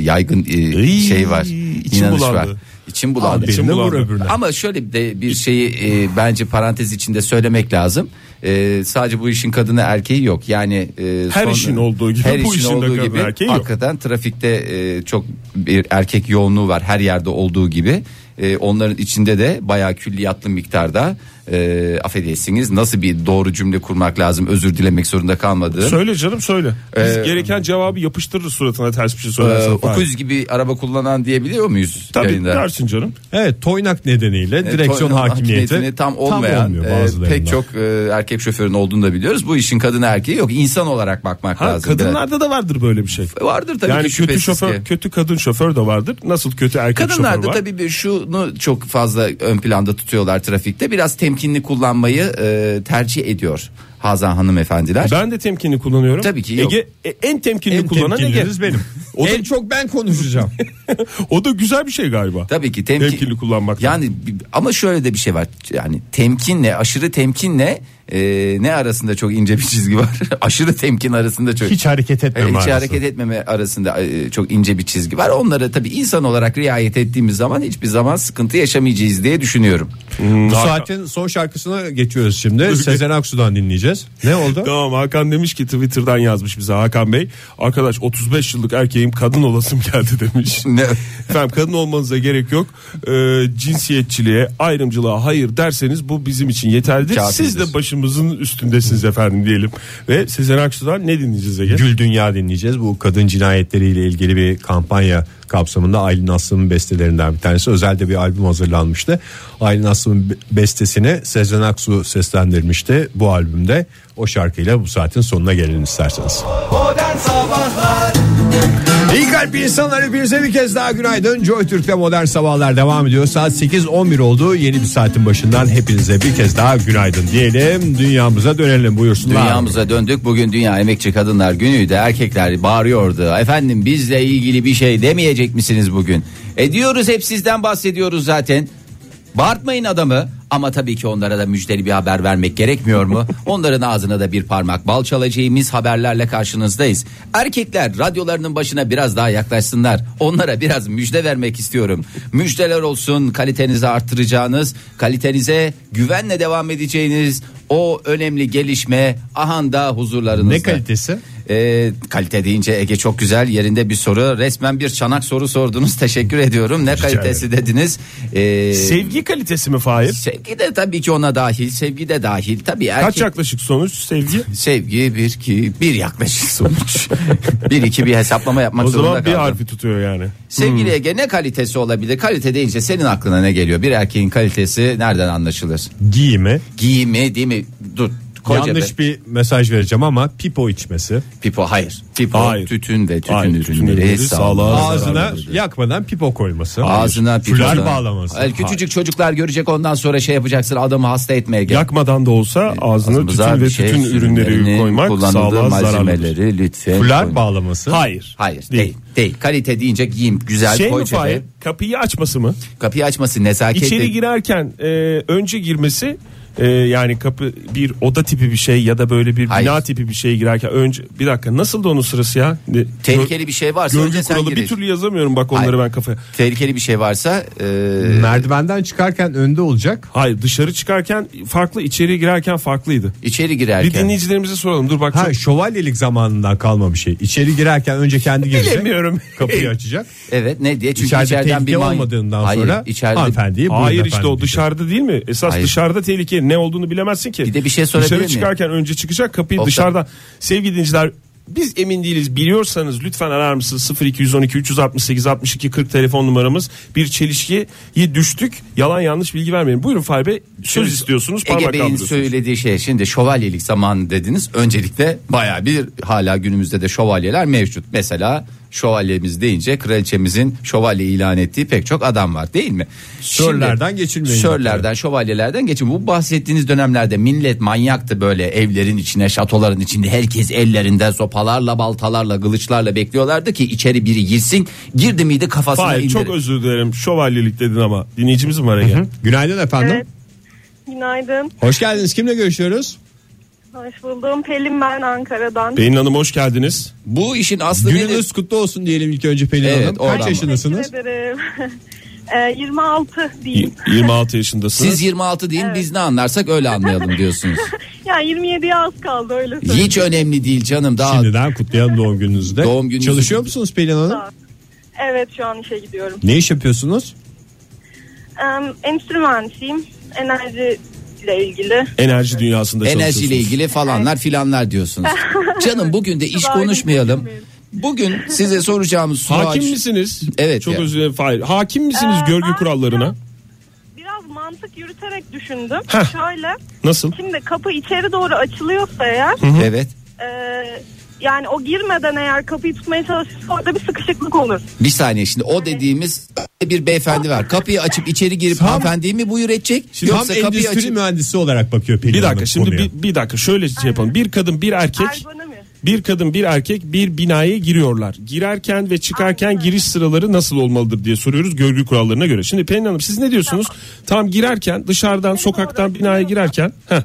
D: yaygın e,
E: Ey,
D: şey var.
E: içim
D: inanış
E: bulandı.
D: var. İçim bulandı.
E: Abi, içim
C: Birine vur
E: bulandı.
C: öbürüne.
D: Ama şöyle de bir şeyi e, bence parantez içinde söylemek lazım. E, sadece bu işin kadını erkeği yok. Yani e,
E: Her işin olduğu gibi
D: her
E: bu
D: işin
E: işin de
D: olduğu
E: kadın
D: gibi
E: erkeği yok.
D: hakikaten trafikte e, çok bir erkek yoğunluğu var her yerde olduğu gibi. E, onların içinde de bayağı külliyatlı miktarda e, affedersiniz nasıl bir doğru cümle kurmak lazım özür dilemek zorunda kalmadığı.
E: Söyle canım söyle. Biz
D: Ee,
E: gereken cevabı yapıştırırız suratına ters bir şey
D: E,
E: söylersen.
D: okuz gibi araba kullanan diyebiliyor muyuz
E: Tabii
D: yayında?
E: dersin canım.
C: Evet toynak nedeniyle
D: E,
C: direksiyon
D: to-
C: hakimiyeti,
D: tam olmayan
C: olmuyor
D: e,
C: bazılarında.
D: pek çok e, erkek şoförün olduğunu da biliyoruz. Bu işin kadın erkeği yok. İnsan olarak bakmak
E: Ha,
D: lazım.
E: kadınlarda da vardır böyle bir şey.
D: Evet. vardır tabii
E: yani
D: ki
E: kötü
D: şüphesiz
E: şoför,
D: ki.
E: kötü kadın şoför de vardır. Nasıl kötü erkek şoför
D: Kadınlarda
E: var?
D: tabii bir şunu çok fazla ön planda tutuyorlar trafikte. Biraz temkinli kullanmayı e, tercih ediyor Hazan hanımefendiler.
E: Ben de temkinli kullanıyorum.
D: Tabii ki yok.
E: Ege e, en temkinli
D: En
E: kullanan Ege.
C: temkinliniz benim.
E: O
C: (laughs)
E: da,
C: en çok ben konuşacağım.
E: (laughs) o da güzel bir şey galiba.
D: Tabii ki temkin,
E: Temkinli kullanmak.
D: Yani bi- ama şöyle de bir şey var. Yani temkinle aşırı temkinle e, ne arasında çok ince bir çizgi var. (laughs) aşırı temkin arasında çok
C: Hiç hareket etmeme
D: E, hiç
C: arasında.
D: hareket etmeme arasında e, çok ince bir çizgi var. Onlara tabii insan olarak riayet ettiğimiz zaman hiçbir zaman sıkıntı yaşamayacağız diye düşünüyorum.
C: (laughs) Bu saatin son şarkısına geçiyoruz şimdi. Sezen Aksu'dan dinleyeceğiz. Ne (laughs) oldu?
E: Tamam Hakan demiş ki Twitter'dan yazmış bize Hakan Bey. Arkadaş 35 yıllık erkeğim kadın olasım geldi (laughs) demiş.
D: Ne? (laughs)
E: Efendim kadın olmanıza gerek yok. Ee, cinsiyetçiliğe, ayrımcılığa hayır derseniz bu bizim için yeterlidir.
D: Kafidir.
E: Siz de başınızı başımızın üstündesiniz efendim diyelim. Ve Sezen Aksu'dan ne dinleyeceğiz Ege?
C: Gül Dünya dinleyeceğiz. Bu kadın cinayetleriyle ilgili bir kampanya kapsamında Aylin Aslı'nın bestelerinden bir tanesi. Özelde bir albüm hazırlanmıştı. Aylin Aslı'nın be- bestesini Sezen Aksu seslendirmişti bu albümde. O şarkıyla bu saatin sonuna gelin isterseniz.
B: Modern Sabahlar
C: İyi kalp insanlar hepinize bir kez daha günaydın. Joy Türk'te modern sabahlar devam ediyor. Saat 8.11 oldu. Yeni bir saatin başından hepinize bir kez daha günaydın diyelim. Dünyamıza dönelim buyursunlar.
D: Dünyamıza döndük. Bugün Dünya Emekçi Kadınlar Günü'ydü. Erkekler bağırıyordu. Efendim bizle ilgili bir şey demeyecek misiniz bugün? E diyoruz hep sizden bahsediyoruz zaten. Bağırtmayın adamı. Ama tabii ki onlara da müjdeli bir haber vermek gerekmiyor mu? Onların ağzına da bir parmak bal çalacağımız haberlerle karşınızdayız. Erkekler radyolarının başına biraz daha yaklaşsınlar. Onlara biraz müjde vermek istiyorum. Müjdeler olsun kalitenizi arttıracağınız, kalitenize güvenle devam edeceğiniz o önemli gelişme ahanda huzurlarınızda.
C: Ne kalitesi?
D: Ee, kalite deyince Ege çok güzel yerinde bir soru. Resmen bir çanak soru sordunuz. Teşekkür ediyorum. Ne kalitesi dediniz? Ee,
E: Sevgi kalitesi mi Fahir?
D: Sevgi de tabii ki ona dahil. Sevgi de dahil. Tabii
E: Kaç
D: erkek
E: yaklaşık
D: (laughs)
E: sonuç sevgi?
D: sevgi bir ki bir yaklaşık
E: (laughs)
D: sonuç. bir iki bir hesaplama yapmak
E: O
D: zorunda
E: zaman bir Hmm.
D: kaldım.
E: harfi tutuyor yani.
D: Sevgili Ege ne kalitesi olabilir? Kalite deyince senin aklına ne geliyor? Bir erkeğin kalitesi nereden anlaşılır?
C: Giyimi.
D: Giyimi değil mi? Dur. Koca
C: Yanlış
D: bir...
C: bir mesaj vereceğim ama pipo içmesi.
D: Pipo hayır. Pipo
E: Hayır.
D: tütün ve tütün
E: Hayır, tütün
D: ürünleri
E: ürünleri
D: sağlığa
E: sağlığa
C: Ağzına
D: zararlıdır.
C: yakmadan pipo koyması.
D: Ağzına
C: Fular
D: pipona-
C: bağlaması.
D: Hayır, küçücük çocuklar görecek ondan sonra şey yapacaksın adamı hasta etmeye gel.
E: Yakmadan da olsa ağzına
D: Ağzımıza
E: tütün ve
D: Ee, bir şey,
E: tütün ürünleri
D: ürünlerinin
E: koymak
D: kullanıldığı
E: sağlığa zararlıdır.
D: malzemeleri lütfen.
C: Fular
D: koyun.
C: bağlaması.
E: Hayır.
D: Hayır değil. değil. Kalite deyince giyim güzel
E: Şey
D: koy
E: mi
D: cebe.
E: Fahir? Kapıyı açması mı?
D: Kapıyı açması nezaket.
E: İçeri girerken e, önce girmesi e, yani kapı bir oda tipi bir şey ya da böyle bir
D: Hayır.
E: bina tipi bir şeye girerken önce bir dakika nasıl da onun sırası ya? Ne-
D: Tehlikeli bir şey varsa
E: Görgü
D: önce sen
E: kuralı bir
D: gireceksin.
E: türlü yazamıyorum bak onları
D: Hayır.
E: ben kafaya.
D: Tehlikeli bir şey varsa e,
C: Merdivenden çıkarken önde olacak.
E: Hayır dışarı çıkarken farklı içeri girerken farklıydı.
D: içeri
E: Bir
D: girerken.
E: dinleyicilerimize soralım dur bak.
C: Ha
E: çok-
C: şövalyelik zamanından kalma bir şey. İçeri girerken önce kendi
D: (laughs)
C: girecek.
E: Bilemiyorum.
C: Kapıyı açacak.
D: Evet ne diye çünkü
C: İçeride
D: içeriden
C: tehlike
D: bir man-
C: olmadığından
D: Hayır,
C: sonra
D: içeride
C: hanımefendiyi buyurun
E: Hayır işte
C: efendim
E: o
C: diyecek.
E: dışarıda değil mi? Esas
D: Hayır.
E: dışarıda tehlike ne olduğunu bilemezsin ki.
D: Bir de bir şey sorabilir
E: Dışarı
D: miyim?
E: çıkarken önce çıkacak kapıyı
D: Oktay.
E: dışarıdan. Sevgili dinleyiciler biz emin değiliz biliyorsanız lütfen arar mısınız 0212 368 62 40 telefon numaramız bir çelişkiye düştük yalan yanlış bilgi vermeyin buyurun Fahri Bey söz istiyorsunuz parmak
D: Ege Bey'in
E: kaldırıyorsunuz
D: söylediği şey şimdi şövalyelik zamanı dediniz. Öncelikle baya bir hala günümüzde de şövalyeler mevcut. Mesela şövalyemiz deyince kraliçemizin şövalye ilan ettiği pek çok adam var değil mi?
C: Sörlerden
D: Şimdi,
C: geçilmeyin.
D: Sörlerden şövalyelerden geçin. Bu bahsettiğiniz dönemlerde millet manyaktı böyle evlerin içine şatoların içinde herkes ellerinde sopalarla baltalarla kılıçlarla bekliyorlardı ki içeri biri girsin girdi miydi kafasına
E: Fahir
D: indirir.
E: çok özür dilerim şövalyelik dedin ama dinleyicimiz mi var Ege?
C: Günaydın efendim.
F: Evet. Günaydın.
C: Hoş geldiniz. Kimle görüşüyoruz?
F: Hoş buldum. Pelin ben Ankara'dan.
E: Pelin Hanım hoş geldiniz.
D: Bu işin aslı nedir?
C: Gününüz kutlu olsun diyelim ilk önce Pelin
D: Evet,
C: Hanım.
D: oradan
C: Kaç
D: bak.
C: yaşındasınız?
F: Teşekkür ederim. (laughs) Ee, 26
E: Y-
F: diyeyim.
E: 26 yaşındasınız.
D: Siz 26 değil biz ne anlarsak öyle
F: (laughs)
D: anlayalım diyorsunuz.
F: Ya 27'ye az kaldı öyle söyleyeyim.
D: Hiç önemli değil canım daha
C: Şimdiden kutlayalım doğum gününüzde.
D: Doğum gününüzü-
C: Çalışıyor musunuz Pelin Hanım?
F: Evet şu an işe gidiyorum.
C: Ne iş yapıyorsunuz?
F: Em, endüstri mühendisiyim. Enerji ile ilgili.
E: Enerji dünyasında çalışıyorsunuz.
D: enerjiyle ilgili falanlar filanlar
F: (laughs)
D: diyorsunuz. canım bugün de iş
F: Daha
D: konuşmayalım.
F: konuşmayayım.
D: Bugün size soracağımız soru
E: Hakim misiniz?
D: Evet
E: Çok
D: ya.
E: özür dilerim Fahir. Hakim misiniz
F: Ee,
E: görgü
F: ben-
E: kurallarına?
F: Biraz mantık yürüterek düşündüm.
E: Heh.
F: Şöyle.
E: Nasıl?
F: Şimdi kapı içeri doğru açılıyorsa eğer.
D: Evet.
F: e, yani o girmeden eğer kapıyı tutmaya çalışırsa orada bir sıkışıklık olur.
D: Bir saniye şimdi o dediğimiz bir beyefendi var. Kapıyı açıp içeri girip
C: Tam-
D: hanımefendiyi mi buyur edecek?
C: Şimdi
D: Yoksa
C: tam
D: kapıyı
C: endüstri
D: açıp
C: mühendisi olarak bakıyor Pelin
E: Bir
C: Hanım
E: dakika şimdi
C: konuya.
E: bir, bir dakika şöyle şey yapalım. Bir kadın bir erkek
F: Ergonomi.
E: bir kadın bir erkek bir binaya giriyorlar. Girerken ve çıkarken
F: Aynen.
E: giriş sıraları nasıl olmalıdır diye soruyoruz görgü kurallarına göre. Şimdi Pelin Hanım siz ne diyorsunuz? Tam girerken dışarıdan sokaktan
F: doğru.
E: binaya girerken heh,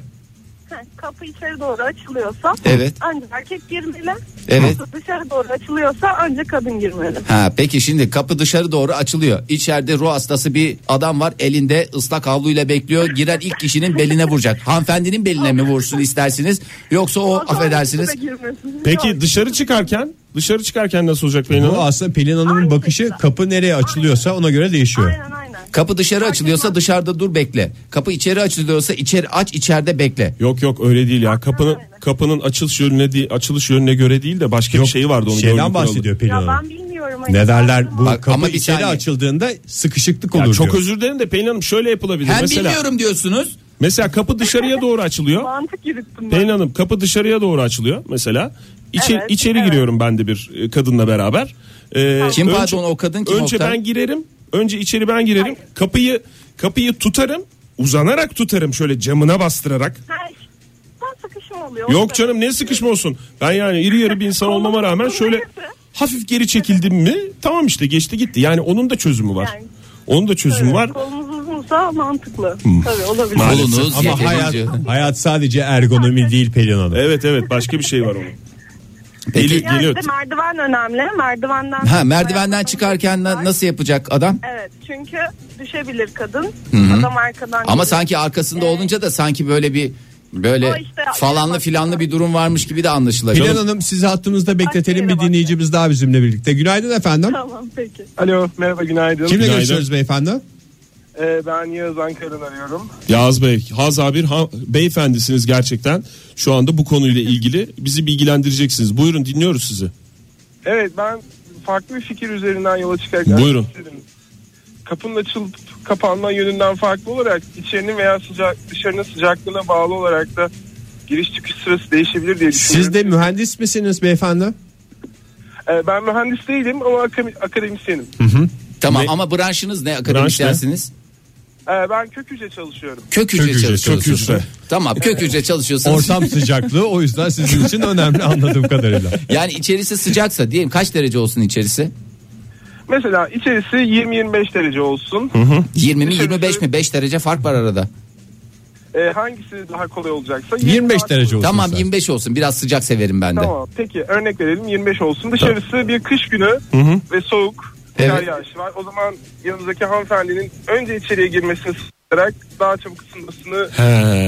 F: Heh, kapı içeri doğru açılıyorsa
D: Evet.
F: ancak erkek girmeli.
D: Evet.
F: Kapı Dışarı doğru açılıyorsa ancak kadın girmeli.
D: Ha peki şimdi kapı dışarı doğru açılıyor. İçeride ruh hastası bir adam var. Elinde ıslak havluyla bekliyor. Giren ilk kişinin beline vuracak. Hanımefendinin beline mi vursun istersiniz? Yoksa o
F: Ondan
D: affedersiniz.
F: ikisi de girmesin.
E: peki dışarı çıkarken dışarı çıkarken nasıl olacak Pelin
C: Bu
E: Hanım?
C: aslında Pelin Hanım'ın
F: Aynı
C: bakışı
F: şekilde.
C: kapı nereye açılıyorsa ona göre değişiyor.
F: Aynen aynen.
D: Kapı dışarı açılıyorsa dışarıda dur bekle. Kapı içeri açılıyorsa içeri aç içeride bekle.
E: Yok yok öyle değil ya. Kapının kapının açılış yönüne değil, açılış yönüne göre değil de başka bir şeyi vardı onun.
C: Şeyden
E: görgü kuralı.
C: bahsediyor Pelin
F: Ya ben
C: Hanım.
F: bilmiyorum. hani.
C: Ne derler bu
D: Bak,
C: kapı
D: ama bir
C: içeri
D: saniye.
C: açıldığında sıkışıklık olur
E: Ya çok
C: diyor.
E: özür dilerim de Pelin Hanım şöyle yapılabilir.
D: Hem
E: mesela,
D: bilmiyorum diyorsunuz.
E: mesela kapı dışarıya doğru açılıyor.
F: Mantık yürüttüm ben.
E: Pelin Hanım kapı dışarıya doğru açılıyor mesela. İçe,
F: Evet,
E: içeri
F: evet.
E: giriyorum ben de bir e, kadınla beraber. Ee,
D: Kim pardon, o kadın kim
E: Önce
D: Oktay?
E: ben girerim. Önce içeri ben girerim. Kapıyı kapıyı tutarım. Uzanarak tutarım şöyle camına bastırarak.
F: Her şey- Ben sıkışma oluyor.
E: Yok canım ne sıkışma olsun. Ben yani iri yarı bir insan olmama rağmen şöyle hafif geri çekildim mi tamam işte geçti gitti. Yani onun da çözümü var.
F: Yani.
E: Onun da çözümü var. Hmm.
F: var. Kolunuz uzunsa mantıklı. Tabii olabilir.
D: Kolunuz
C: Ama hayat,
D: yeterince.
C: hayat sadece ergonomi değil Pelin Hanım.
E: Evet evet başka bir şey var onun.
D: Peki.
E: Geliyor,
F: Yani
E: geliyor.
F: bir de merdiven önemli. Merdivenden
D: Ha merdivenden çıkarken na- nasıl yapacak adam?
F: Evet çünkü düşebilir kadın. Adam arkadan
D: Ama
F: geliyor.
D: sanki arkasında olunca da sanki böyle bir
F: O
D: böyle
F: işte-
D: falanlı filanlı bir durum varmış gibi de anlaşılacak.
C: Pelin Hanım sizi hattımızda bekletelim
F: Başka
C: bir
F: yere
C: dinleyicimiz daha bizimle birlikte. Günaydın efendim.
F: Tamam peki.
G: Alo merhaba günaydın.
C: Kimle
E: Günaydın.
C: görüşüyoruz beyefendi?
G: Ee, ben Yağız Ankara'dan arıyorum.
E: Yağız Bey, Hazabir bir ha- beyefendisiniz gerçekten. Şu anda bu konuyla ilgili bizi bilgilendireceksiniz. Buyurun dinliyoruz sizi.
G: Evet ben farklı bir fikir üzerinden yola çıkarak
E: Buyurun.
G: istedim. Kapının açılıp kapanma yönünden farklı olarak içerinin veya sıcak dışarının sıcaklığına bağlı olarak da giriş çıkış sırası değişebilir diye düşünüyorum.
C: Siz de mühendis misiniz beyefendi?
G: Ee, ben mühendis değilim ama akam- akademisyenim.
D: Tamam ama branşınız ne akademisyensiniz?
G: Ee, ben kök hücre çalışıyorum.
D: Kök
C: Kök hücre,
D: hücre çalışıyorsunuz.
E: kök hücre.
D: Tamam kök hücre çalışıyorsunuz.
C: Ortam sıcaklığı o yüzden sizin için önemli anladığım (laughs) kadarıyla.
D: Yani içerisi sıcaksa diyelim kaç derece olsun içerisi?
G: Mesela içerisi 20-25 derece olsun.
D: 20 mi 25 mi 5 derece fark var arada.
G: Ee, hangisi daha kolay olacaksa.
C: 25 derece olsun.
D: Tamam
C: sen.
D: 25 olsun biraz sıcak severim ben de.
G: Tamam peki örnek verelim 25 olsun. Dışarısı bir kış günü ve soğuk
D: Evet.
G: kar yağışı var. O zaman yanımızdaki hanımefendinin önce içeriye girmesini sağlayarak daha çabuk ısınmasını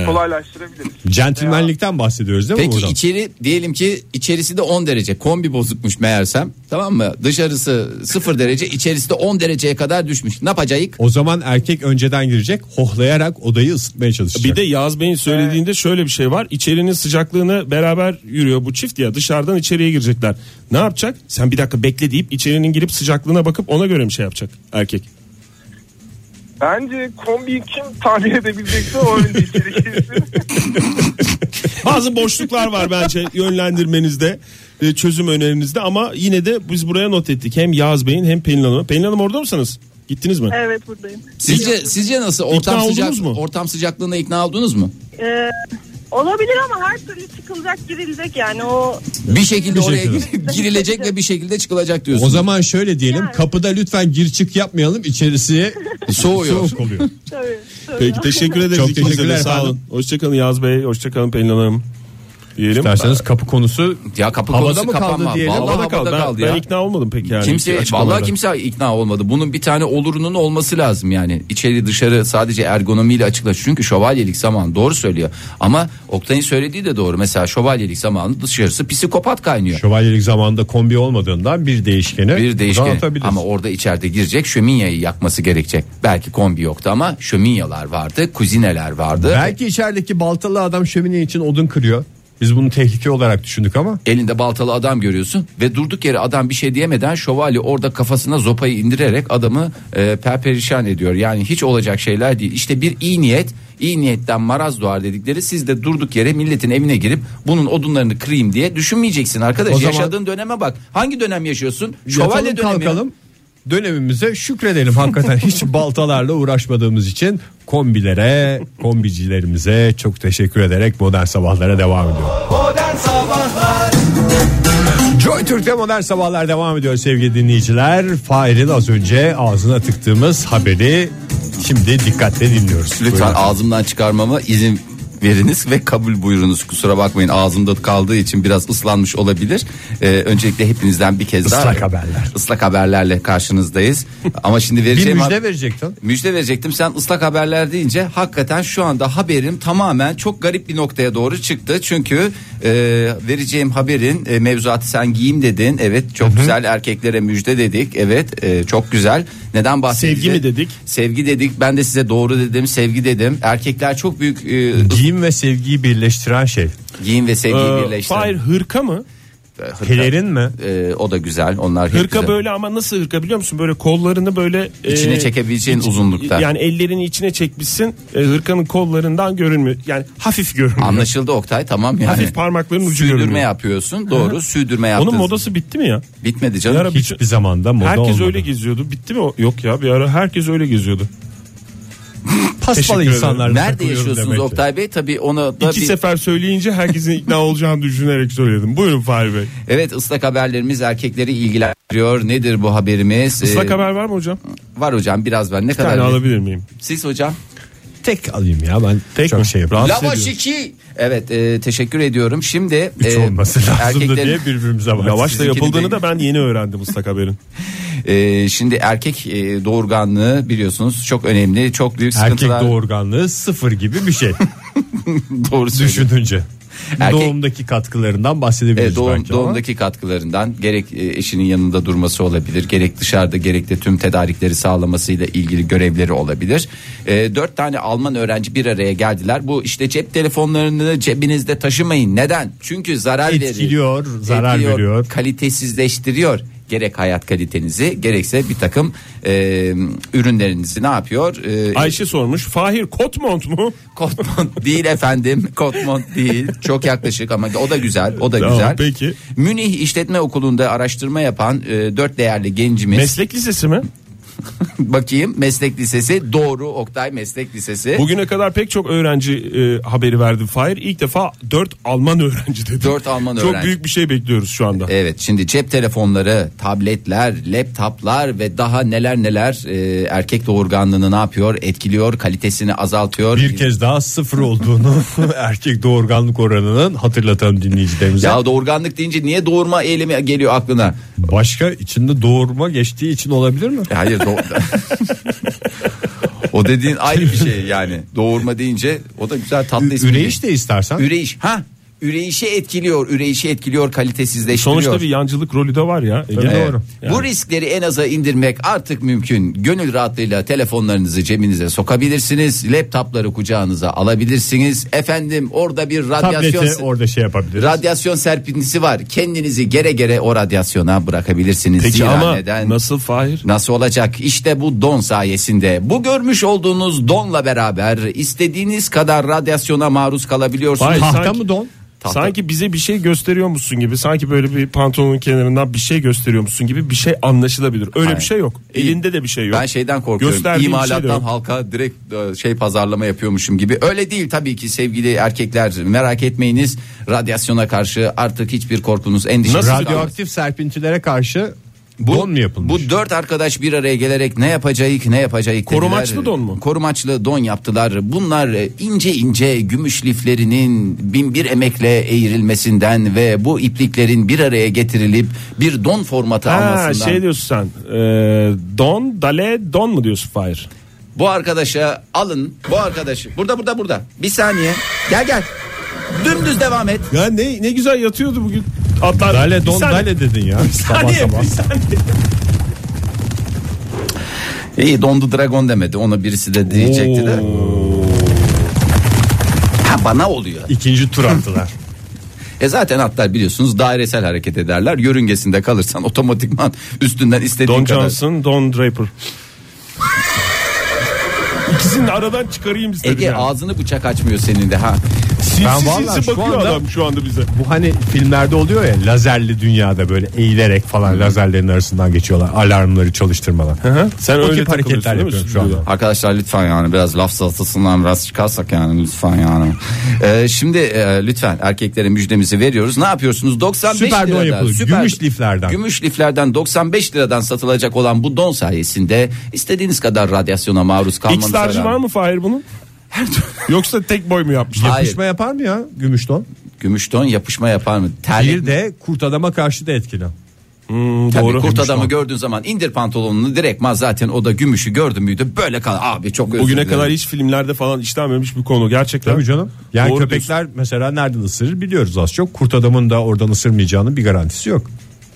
G: kolaylaştırabiliriz.
C: Centilmenlikten bahsediyoruz değil mi
D: Peki
C: buradan?
D: içeri diyelim ki içerisi de 10 derece kombi bozukmuş meğersem tamam mı dışarısı 0 derece içerisi de 10 dereceye kadar düşmüş ne yapacağız?
C: O zaman erkek önceden girecek hohlayarak odayı ısıtmaya çalışacak.
E: Bir de Yağız Bey'in söylediğinde şöyle bir şey var. İçerinin sıcaklığını beraber yürüyor bu çift ya. Dışarıdan içeriye girecekler. Ne yapacak? Sen bir dakika bekle deyip içerinin girip sıcaklığına bakıp ona göre bir şey yapacak
D: (laughs)
E: erkek.
G: Bence kombiyi kim tahmin edebilecekse o önce
E: (laughs)
G: içeri girsin.
E: Bazı boşluklar var bence yönlendirmenizde, e, çözüm önerinizde ama yine de biz buraya not ettik. Hem Yağız Bey'in hem Pelin Hanım'ın. Pelin Hanım orada mısınız? Gittiniz mi?
F: Evet buradayım.
D: Sizce sizce nasıl ortam
E: İkna oldunuz
D: sıcak
E: mu?
D: ortam sıcaklığına ikna oldunuz mu?
F: Ee, olabilir ama her türlü çıkılacak girilecek yani o
D: Bir şekilde
C: Bir
D: oraya
C: şekilde.
D: girilecek ve bir şekilde çıkılacak diyorsun.
C: O zaman şöyle diyelim
F: Yani.
C: kapıda lütfen gir çık yapmayalım içerisi
D: soğuyor. (laughs)
C: soğuk oluyor.
F: tabii. tabii.
E: Peki teşekkür ederiz.
C: Çok
E: İkinize de
C: teşekkürler
E: Sağ olun.
C: efendim.
E: Hoşçakalın Yaz Bey. Hoşçakalın Pelin Hanım. Diyelim.
C: İsterseniz kapı konusu
D: Ya kapı
C: Havada
D: konusu
C: mı kaldı
D: kapanma.
C: diyelim?
D: Vallahi
E: Havada
D: havada
E: kaldı. Ben,
D: kaldı
E: ben
D: ya.
E: ikna olmadım peki yani.
D: Kimse
E: Açıklamalardan.
D: vallahi kimse ikna olmadı. Bunun bir tane olurunun olması lazım yani. İçeri dışarı sadece ergonomiyle açıkla. Çünkü şövalyelik zamanı doğru söylüyor. Ama Oktay'ın söylediği de doğru. Mesela şövalyelik zamanı dışarısı psikopat kaynıyor.
C: şövalyelik zamanında kombi olmadığından bir değişkeni
D: bir değişken
C: dağıtabilir.
D: ama orada içeride girecek şömineyi yakması gerekecek. Belki kombi yoktu ama şöminyalar vardı, kuzineler vardı.
C: Belki içerideki baltalı adam şömine için odun kırıyor. Biz bunu tehlike olarak düşündük ama
D: elinde baltalı adam görüyorsun ve durduk yere adam bir şey diyemeden şövalye orada kafasına zopayı indirerek adamı e, perperişan ediyor. Yani hiç olacak şeyler değil. İşte bir iyi niyet, iyi niyetten maraz doğar dedikleri siz de durduk yere milletin evine girip bunun odunlarını kırayım diye düşünmeyeceksin arkadaş.
C: O zaman-
D: Yaşadığın döneme bak. Hangi dönem yaşıyorsun?
C: Şövalye
D: Şövalye dönemi.
C: kalkalım. Dönemimize şükredelim hakikaten hiç baltalarla uğraşmadığımız için kombilere, kombicilerimize çok teşekkür ederek modern sabahlara devam ediyor.
B: Modern Sabahlar
C: Joy Türk'te modern sabahlar devam ediyor sevgili dinleyiciler. Fahir'in az önce ağzına tıktığımız haberi şimdi dikkatle dinliyoruz.
D: Lütfen
C: Buyurun.
D: ağzımdan çıkarmama izin veriniz ve kabul buyurunuz. Kusura bakmayın ağzımda kaldığı için biraz ıslanmış olabilir. Ee, öncelikle hepinizden bir kez daha
H: Islak haberler.
D: ıslak haberlerle karşınızdayız. Ama şimdi
C: Bir
D: vereceğim
C: müjde verecektin.
D: Müjde verecektim sen ıslak haberler deyince hakikaten şu anda haberim tamamen çok garip bir noktaya doğru çıktı. Çünkü e, vereceğim haberin e, mevzuatı sen giyim dedin. Evet çok güzel erkeklere müjde dedik. Evet e, çok güzel. Neden bahsedeceğiz?
E: Sevgi mi dedik?
D: Sevgi dedik ben de size doğru dedim sevgi dedim. Erkekler çok büyük e,
C: Giyim ve sevgiyi birleştiren şey.
D: giyim ve sevgi
E: Ee,
D: birleştiren.
E: Fahir hırka mı?
D: Hırka,
C: Pelerin mi?
D: e, o da güzel onlar hep
E: Hırka
D: güzel.
E: böyle ama nasıl hırka biliyor musun? Böyle kollarını böyle
D: İçine
E: e,
D: çekebileceğin uzunlukta.
E: Yani ellerini içine çekmişsin. e, hırkanın kollarından görünmüyor. Yani hafif görünüyor.
D: Anlaşıldı Oktay tamam yani.
E: Hafif parmakların ucu
D: Sürdürme
E: görünüyor.
D: yapıyorsun doğru sürdürme yaptın.
E: Onun modası bitti mi ya?
D: Bitmedi canım.
E: Yara-
C: Hiçbir zamanda moda
E: herkes
C: olmadı.
E: öyle geziyordu. Bitti mi? o? Yok ya bir ara herkes öyle geziyordu.
C: Paspalı
E: ederim.
C: insanlarla
D: Nerede
C: takılıyorum
D: yaşıyorsunuz
C: demek ki.
D: Oktay Bey? Tabii ona da
E: İki
D: bir-
E: sefer söyleyince herkesin
D: (laughs)
E: ikna olacağını düşünerek söyledim. Buyurun Fahri Bey.
D: Evet ıslak haberlerimiz erkekleri ilgilendiriyor. Nedir bu haberimiz?
E: Islak
D: Ee,
E: haber var mı hocam?
D: var hocam biraz ben ne
E: Bir
D: kadar?
E: tane alabilir miyim?
D: Siz hocam?
C: Tek alayım ya ben tek çok şey yapayım.
D: Lavaş 2. Evet e, teşekkür ediyorum. Şimdi e,
C: Üç olması lazımdı diye birbirimize baktık.
E: Yavaşla
D: Sizinkini
E: yapıldığını
D: değil.
E: da ben yeni öğrendim ıslak haberin.
D: e, şimdi erkek e, doğurganlığı biliyorsunuz çok önemli. Çok büyük
C: Erkek
D: sıkıntılar.
C: doğurganlığı sıfır gibi
D: (laughs)
C: bir şey
D: Doğru söylüyorsun.
C: düşününce.
D: Erkek-
C: Doğumdaki katkılarından
D: E,
C: bahsedebiliriz
D: doğum,
C: belki ama.
D: doğumdaki katkılarından gerek e, eşinin yanında durması olabilir gerek dışarıda gerek de tüm tedarikleri sağlamasıyla ilgili görevleri olabilir. E, dört tane Alman öğrenci bir araya geldiler. Bu işte cep telefonlarını cebinizde taşımayın. Neden? Çünkü zarar veriyor.
C: Etkiliyor, zarar veriyor.
D: Kalitesizleştiriyor. Gerek hayat kalitenizi gerekse bir takım e, ürünlerinizi ne yapıyor? E,
E: Ayşe sormuş. Fahir kot mont mu?
D: Kotmont değil efendim. Kotmont değil. Çok yaklaşık ama o da güzel. O da
E: Tamam,
D: güzel.
E: peki.
D: Münih İşletme Okulu'nda araştırma yapan e, dört değerli gencimiz.
E: Meslek lisesi mi?
D: bakayım meslek lisesi doğru Oktay Meslek Lisesi.
E: Bugüne kadar pek çok öğrenci e, haberi verdi Fahir. İlk defa 4 Alman öğrenci dedi.
D: Dört Alman
E: Çok
D: öğrenci. E,
E: büyük bir şey bekliyoruz şu anda.
D: Evet şimdi cep telefonları, tabletler, laptoplar ve daha neler neler e, erkek doğurganlığını ne yapıyor? Etkiliyor, kalitesini azaltıyor.
C: Bir kez daha sıfır olduğunu (laughs) erkek doğurganlık oranının hatırlatalım dinleyicilerimize.
D: ya doğurganlık deyince niye doğurma eylemi geliyor aklına?
C: Başka içinde doğurma geçtiği için olabilir mi?
D: E, Hayır doğ- o dediğin ayrı bir şey yani. Doğurma deyince o da güzel tatlı ismi.
C: Üreyiş de istersen.
D: Üreyiş. Ha. Üreyişi etkiliyor, üreyişi etkiliyor, kalitesizleştiriyor.
E: Sonuçta bir yancılık rolü de var ya. E, Ege.
D: Evet.
C: doğru.
D: Bu riskleri en aza indirmek artık mümkün. Gönül rahatlığıyla telefonlarınızı cebinize sokabilirsiniz. Laptopları kucağınıza alabilirsiniz. Efendim orada bir radyasyon
C: Tableti orada şey yapabiliriz.
D: radyasyon serpintisi var. Kendinizi gere gere o radyasyona bırakabilirsiniz.
E: Peki
D: Zira
E: ama
D: neden-
E: nasıl Fahir?
D: Nasıl olacak? İşte bu don sayesinde. Bu görmüş olduğunuz donla beraber istediğiniz kadar radyasyona maruz kalabiliyorsunuz.
E: Fahir,
C: Tahta mı don?
D: Tahta.
E: Sanki bize bir şey gösteriyormuşsun gibi sanki böyle bir pantolonun kenarından bir şey gösteriyormuşsun gibi bir şey anlaşılabilir. Öyle
D: Hayır.
E: bir şey yok. Elinde de bir şey yok.
D: Ben şeyden korkuyorum.
E: Gösterdiği bir şey de
D: İmalattan
E: yok.
D: halka direkt e, şey pazarlama yapıyormuşum gibi. Öyle değil tabii ki sevgili erkekler. Merak etmeyiniz. Radyasyona karşı artık hiçbir korkunuz, endişeniz
E: Nasıl
D: kalmasın.
C: Radyoaktif serpintilere karşı don mu yapılmış?
D: Bu dört arkadaş bir araya gelerek ne yapacağız ne yapacağız dediler.
E: Korumaçlı don mu?
D: Korumaçlı don yaptılar. Bunlar ince ince gümüş liflerinin bin bir emekle eğrilmesinden ve bu ipliklerin bir araya getirilip bir don formatı
E: Ha,
D: almasından.
E: şey diyorsun sen. e, don, dale, don mu diyorsun Fahir?
D: Bu arkadaşa alın bu arkadaşı. Burada burada burada. Bir saniye. Gel gel. Dümdüz devam et.
E: Ya ne ne güzel yatıyordu bugün. Atlar.
C: Dale
E: Bir
C: don
E: saniye,
C: dale dedin ya. sabah
E: saniye,
C: sabah.
E: bir saniye.
D: İyi dondu dragon demedi. Ona birisi de diyecekti de. Ha bana oluyor.
C: İkinci
D: (laughs)
C: tur attılar.
D: E zaten atlar biliyorsunuz dairesel hareket ederler. Yörüngesinde kalırsan otomatikman üstünden istediğin
E: Don
D: kadar.
E: Johnson, Don Draper. İkisini de aradan çıkarayım istedim.
D: Ege
E: yani.
D: ağzını bıçak açmıyor senin de ha.
E: Sinsi
C: Ben
E: sinsi
C: vallahi şu
E: bakıyor
C: anda-
E: adam şu anda bize.
C: Bu hani filmlerde oluyor ya lazerli dünyada böyle eğilerek falan lazerlerin arasından geçiyorlar. Alarmları çalıştırmadan.
E: Sen
C: O
E: öyle
C: tip hareketler
E: takılıyorsun değil mi
C: yapıyorum şu anda.
E: stüdyoda?
D: Arkadaşlar lütfen yani biraz laf salatasından biraz çıkarsak yani lütfen yani. Ee, şimdi e, lütfen erkeklere müjdemizi veriyoruz. Ne yapıyorsunuz? 95
C: Süper don
D: liradan.
C: yapılır. Gümüş liflerden.
D: Gümüş liflerden 95 liradan satılacak olan bu don sayesinde istediğiniz kadar radyasyona maruz kalmanıza
E: X large
D: rağmen-
E: var mı Fahir bunun?
D: Her (laughs) türlü-
E: Yoksa tek boy mu yapmışlar?
D: Hayır.
C: Yapışma yapar mı ya gümüş don?
D: Gümüş ton yapışma yapar mı? Terlik
C: Bir de kurt adama karşı da etkili.
E: Hmm,
D: Tabii
E: doğru.
D: kurt adamı gördüğün zaman indir pantolonunu direktman zaten o da gümüşü gördün müydü böyle kal abi çok özür
E: Bugüne
D: dilerim.
E: kadar hiç filmlerde falan işlenmemiş bir konu gerçekten.
C: Tabii canım. Yani
E: Doğru
C: köpekler mesela nereden ısırır biliyoruz az çok. Kurt adamın da oradan ısırmayacağının bir garantisi yok.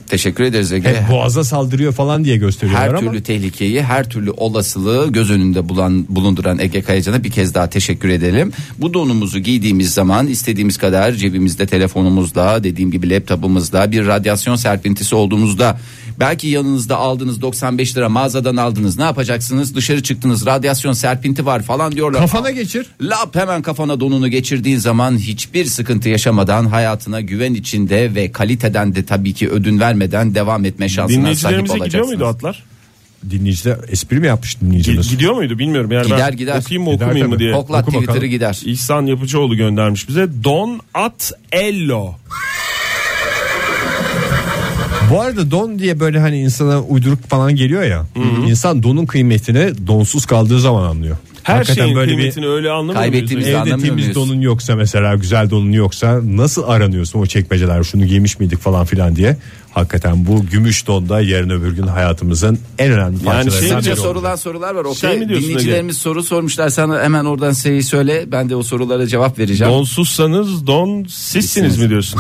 D: Teşekkür ederiz Ege.
E: Eh.
C: Hep boğaza saldırıyor falan diye gösteriyorlar
D: her
C: ama.
D: türlü tehlikeyi, her türlü olasılığı göz önünde bulan, bulunduran Ege Kayacan'a bir kez daha teşekkür edelim. Bu donumuzu giydiğimiz zaman istediğimiz kadar cebimizde telefonumuzla, dediğim gibi laptopumuzla bir radyasyon serpintisi olduğumuzda belki yanınızda aldınız 95 lira mağazadan aldınız. Ne yapacaksınız? Dışarı çıktınız. Radyasyon serpinti var falan diyorlar.
C: Kafana geçir.
D: Lap hemen kafana donunu geçirdiğin zaman hiçbir sıkıntı yaşamadan hayatına güven içinde ve kaliteden de tabii ki ödün vermeden devam etme şansına sahip
E: Dinleyicilerimize gidiyor
D: olacaksınız.
E: muydu atlar?
C: Dinleyiciler espri mi yapmış
E: Gi-
C: dinleyicimiz?
E: gidiyor muydu bilmiyorum. Yani
D: Gider,
E: ben
D: gider.
E: Okuyayım mı
C: Gider
E: okumayayım mı
C: tabii.
E: diye.
D: Koklat
C: Oku bakalım.
D: Twitter'ı gider.
E: İhsan Yapıcıoğlu göndermiş bize. Don at ello.
C: Bu arada don diye böyle hani insana uyduruk falan geliyor ya. İnsan donun kıymetini donsuz kaldığı zaman anlıyor.
E: Her
C: Hakikaten
E: şeyin
C: böyle
E: kıymetini öyle anlamıyor
D: Kaybettiğimiz-
E: muyuz? E,
C: bir evde
D: anlamıyor
C: temiz
D: muyuz?
C: donun yoksa mesela güzel donun yoksa nasıl aranıyorsun o çekmeceler şunu giymiş miydik falan filan diye. Hakikaten bu gümüş donda yarın öbür gün hayatımızın en önemli parçalarından
E: şey mi
D: Sadece
C: biri
E: diyorsun?
C: oldu.
D: sorulan sorular var.
E: Şey
D: Oktay,
E: mi diyorsun
D: dinleyicilerimiz soru sormuşlar sana hemen oradan şeyi söyle. Ben de o sorulara cevap vereceğim.
E: Donsuzsanız don sizsiniz mi diyorsun?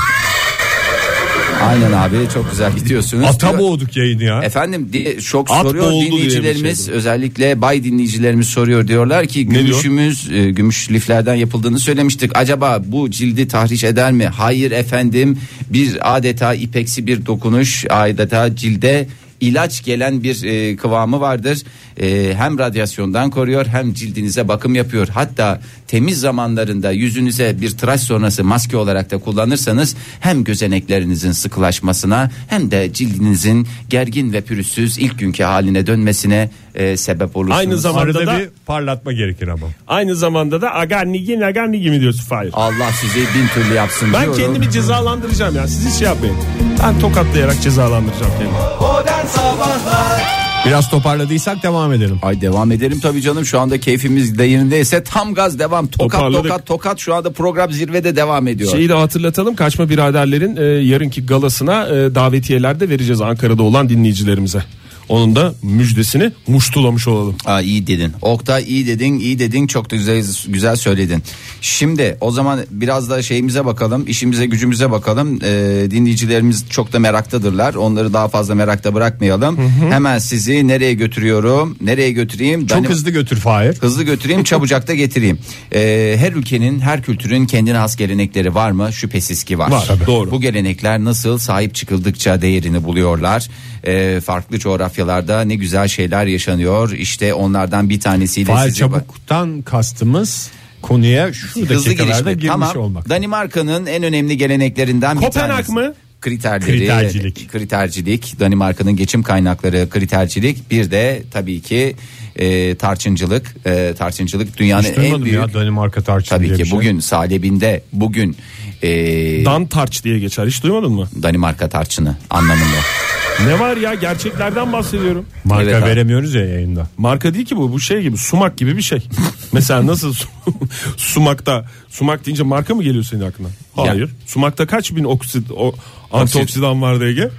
D: Aynen abi çok güzel gidiyorsunuz.
C: Ata
D: Diyor-
C: boğduk yayını ya.
D: Efendim diye şok
E: At
D: soruyor
E: boğuldu diye bir
D: dinleyicilerimiz
E: şey
D: özellikle bay dinleyicilerimiz soruyor diyorlar ki
E: diyor?
D: gümüşümüz e, gümüş liflerden yapıldığını söylemiştik. Acaba bu cildi tahriş eder mi? Hayır efendim bir adeta ipeksi bir dokunuş adeta cilde ilaç gelen bir e, kıvamı vardır. E, hem radyasyondan koruyor hem cildinize bakım yapıyor. Hatta temiz zamanlarında yüzünüze bir tıraş sonrası maske olarak da kullanırsanız hem gözeneklerinizin sıkılaşmasına hem de cildinizin gergin ve pürüzsüz ilk günkü haline dönmesine e, sebep olursunuz.
E: Aynı zamanda-
C: Arada
E: da-
C: bir parlatma gerekir ama.
E: Aynı zamanda da agarnigi nagarnigi mi diyorsun Fahir?
D: Allah sizi bin türlü yapsın
E: Ben
D: diyorum.
E: kendimi cezalandıracağım ya. Siz hiç şey yapmayın. Ben tokatlayarak cezalandıracağım kendimi.
B: Modern Sabahlar
C: Biraz toparladıysak devam edelim.
D: Ay devam edelim tabii canım şu anda keyfimiz de yerindeyse tam gaz devam tokat
E: Toparladık. Şey-
D: tokat tokat şu anda program zirvede devam ediyor.
E: Şeyi de hatırlatalım kaçma biraderlerin e, yarınki galasına e, davetiyeler de vereceğiz Ankara'da olan dinleyicilerimize. Onun da müjdesini muştulamış olalım.
D: Aa, iyi dedin. Oktay iyi dedin, iyi dedin. Çok da güzel, güzel söyledin. Şimdi o zaman biraz da şeyimize bakalım, işimize gücümüze bakalım. Ee, dinleyicilerimiz çok da meraktadırlar. Onları daha fazla merakta bırakmayalım. Hemen sizi nereye götürüyorum? Nereye götüreyim?
C: Çok
D: Danimarka-
C: hızlı götür Fahir.
D: Hızlı götüreyim çabucak da getireyim. Ee, her ülkenin her kültürün kendine has gelenekleri var mı? Şüphesiz ki var.
C: Var, tabii.
E: Doğru.
D: Bu gelenekler nasıl sahip çıkıldıkça değerini buluyorlar. Ee, farklı coğrafyalarda ne güzel şeyler yaşanıyor. İşte onlardan bir tanesiyle
C: Fahir
D: sizi-
C: çabuktan kastımız konuya şu
D: hızlı
C: dakikalarda
D: girişmek.
C: girmiş
D: Tamam.
C: olmak.
D: Danimarka'nın en önemli geleneklerinden bir
E: Kopenhag
D: tanesi.
E: mı?
D: Kriterleri,
C: Kritercilik.
D: kritercilik, Danimarka'nın geçim kaynakları kritercilik, bir de tabii ki e, tarçıncılık, E, tarçıncılık dünyanın
C: Hiç
D: en
C: duymadım
D: büyük
C: ya Danimarka tarçını
D: Tabii
C: diye bir
D: ki
C: şey.
D: bugün salebinde bugün e,
E: Dantarç diye geçer hiç duymadın mı?
D: Danimarka tarçını anlamında.
E: Ne var ya gerçeklerden bahsediyorum.
C: Marka
D: Evet abi.
C: veremiyoruz ya yayında.
E: Marka değil ki bu bu şey gibi sumak gibi
C: (laughs)
E: bir şey. Mesela nasıl su- (laughs) sumakta sumak deyince marka mı geliyor senin aklına? Hayır. Sumakta kaç bin oksit o antioksidan var
C: (laughs)
E: diye Ege?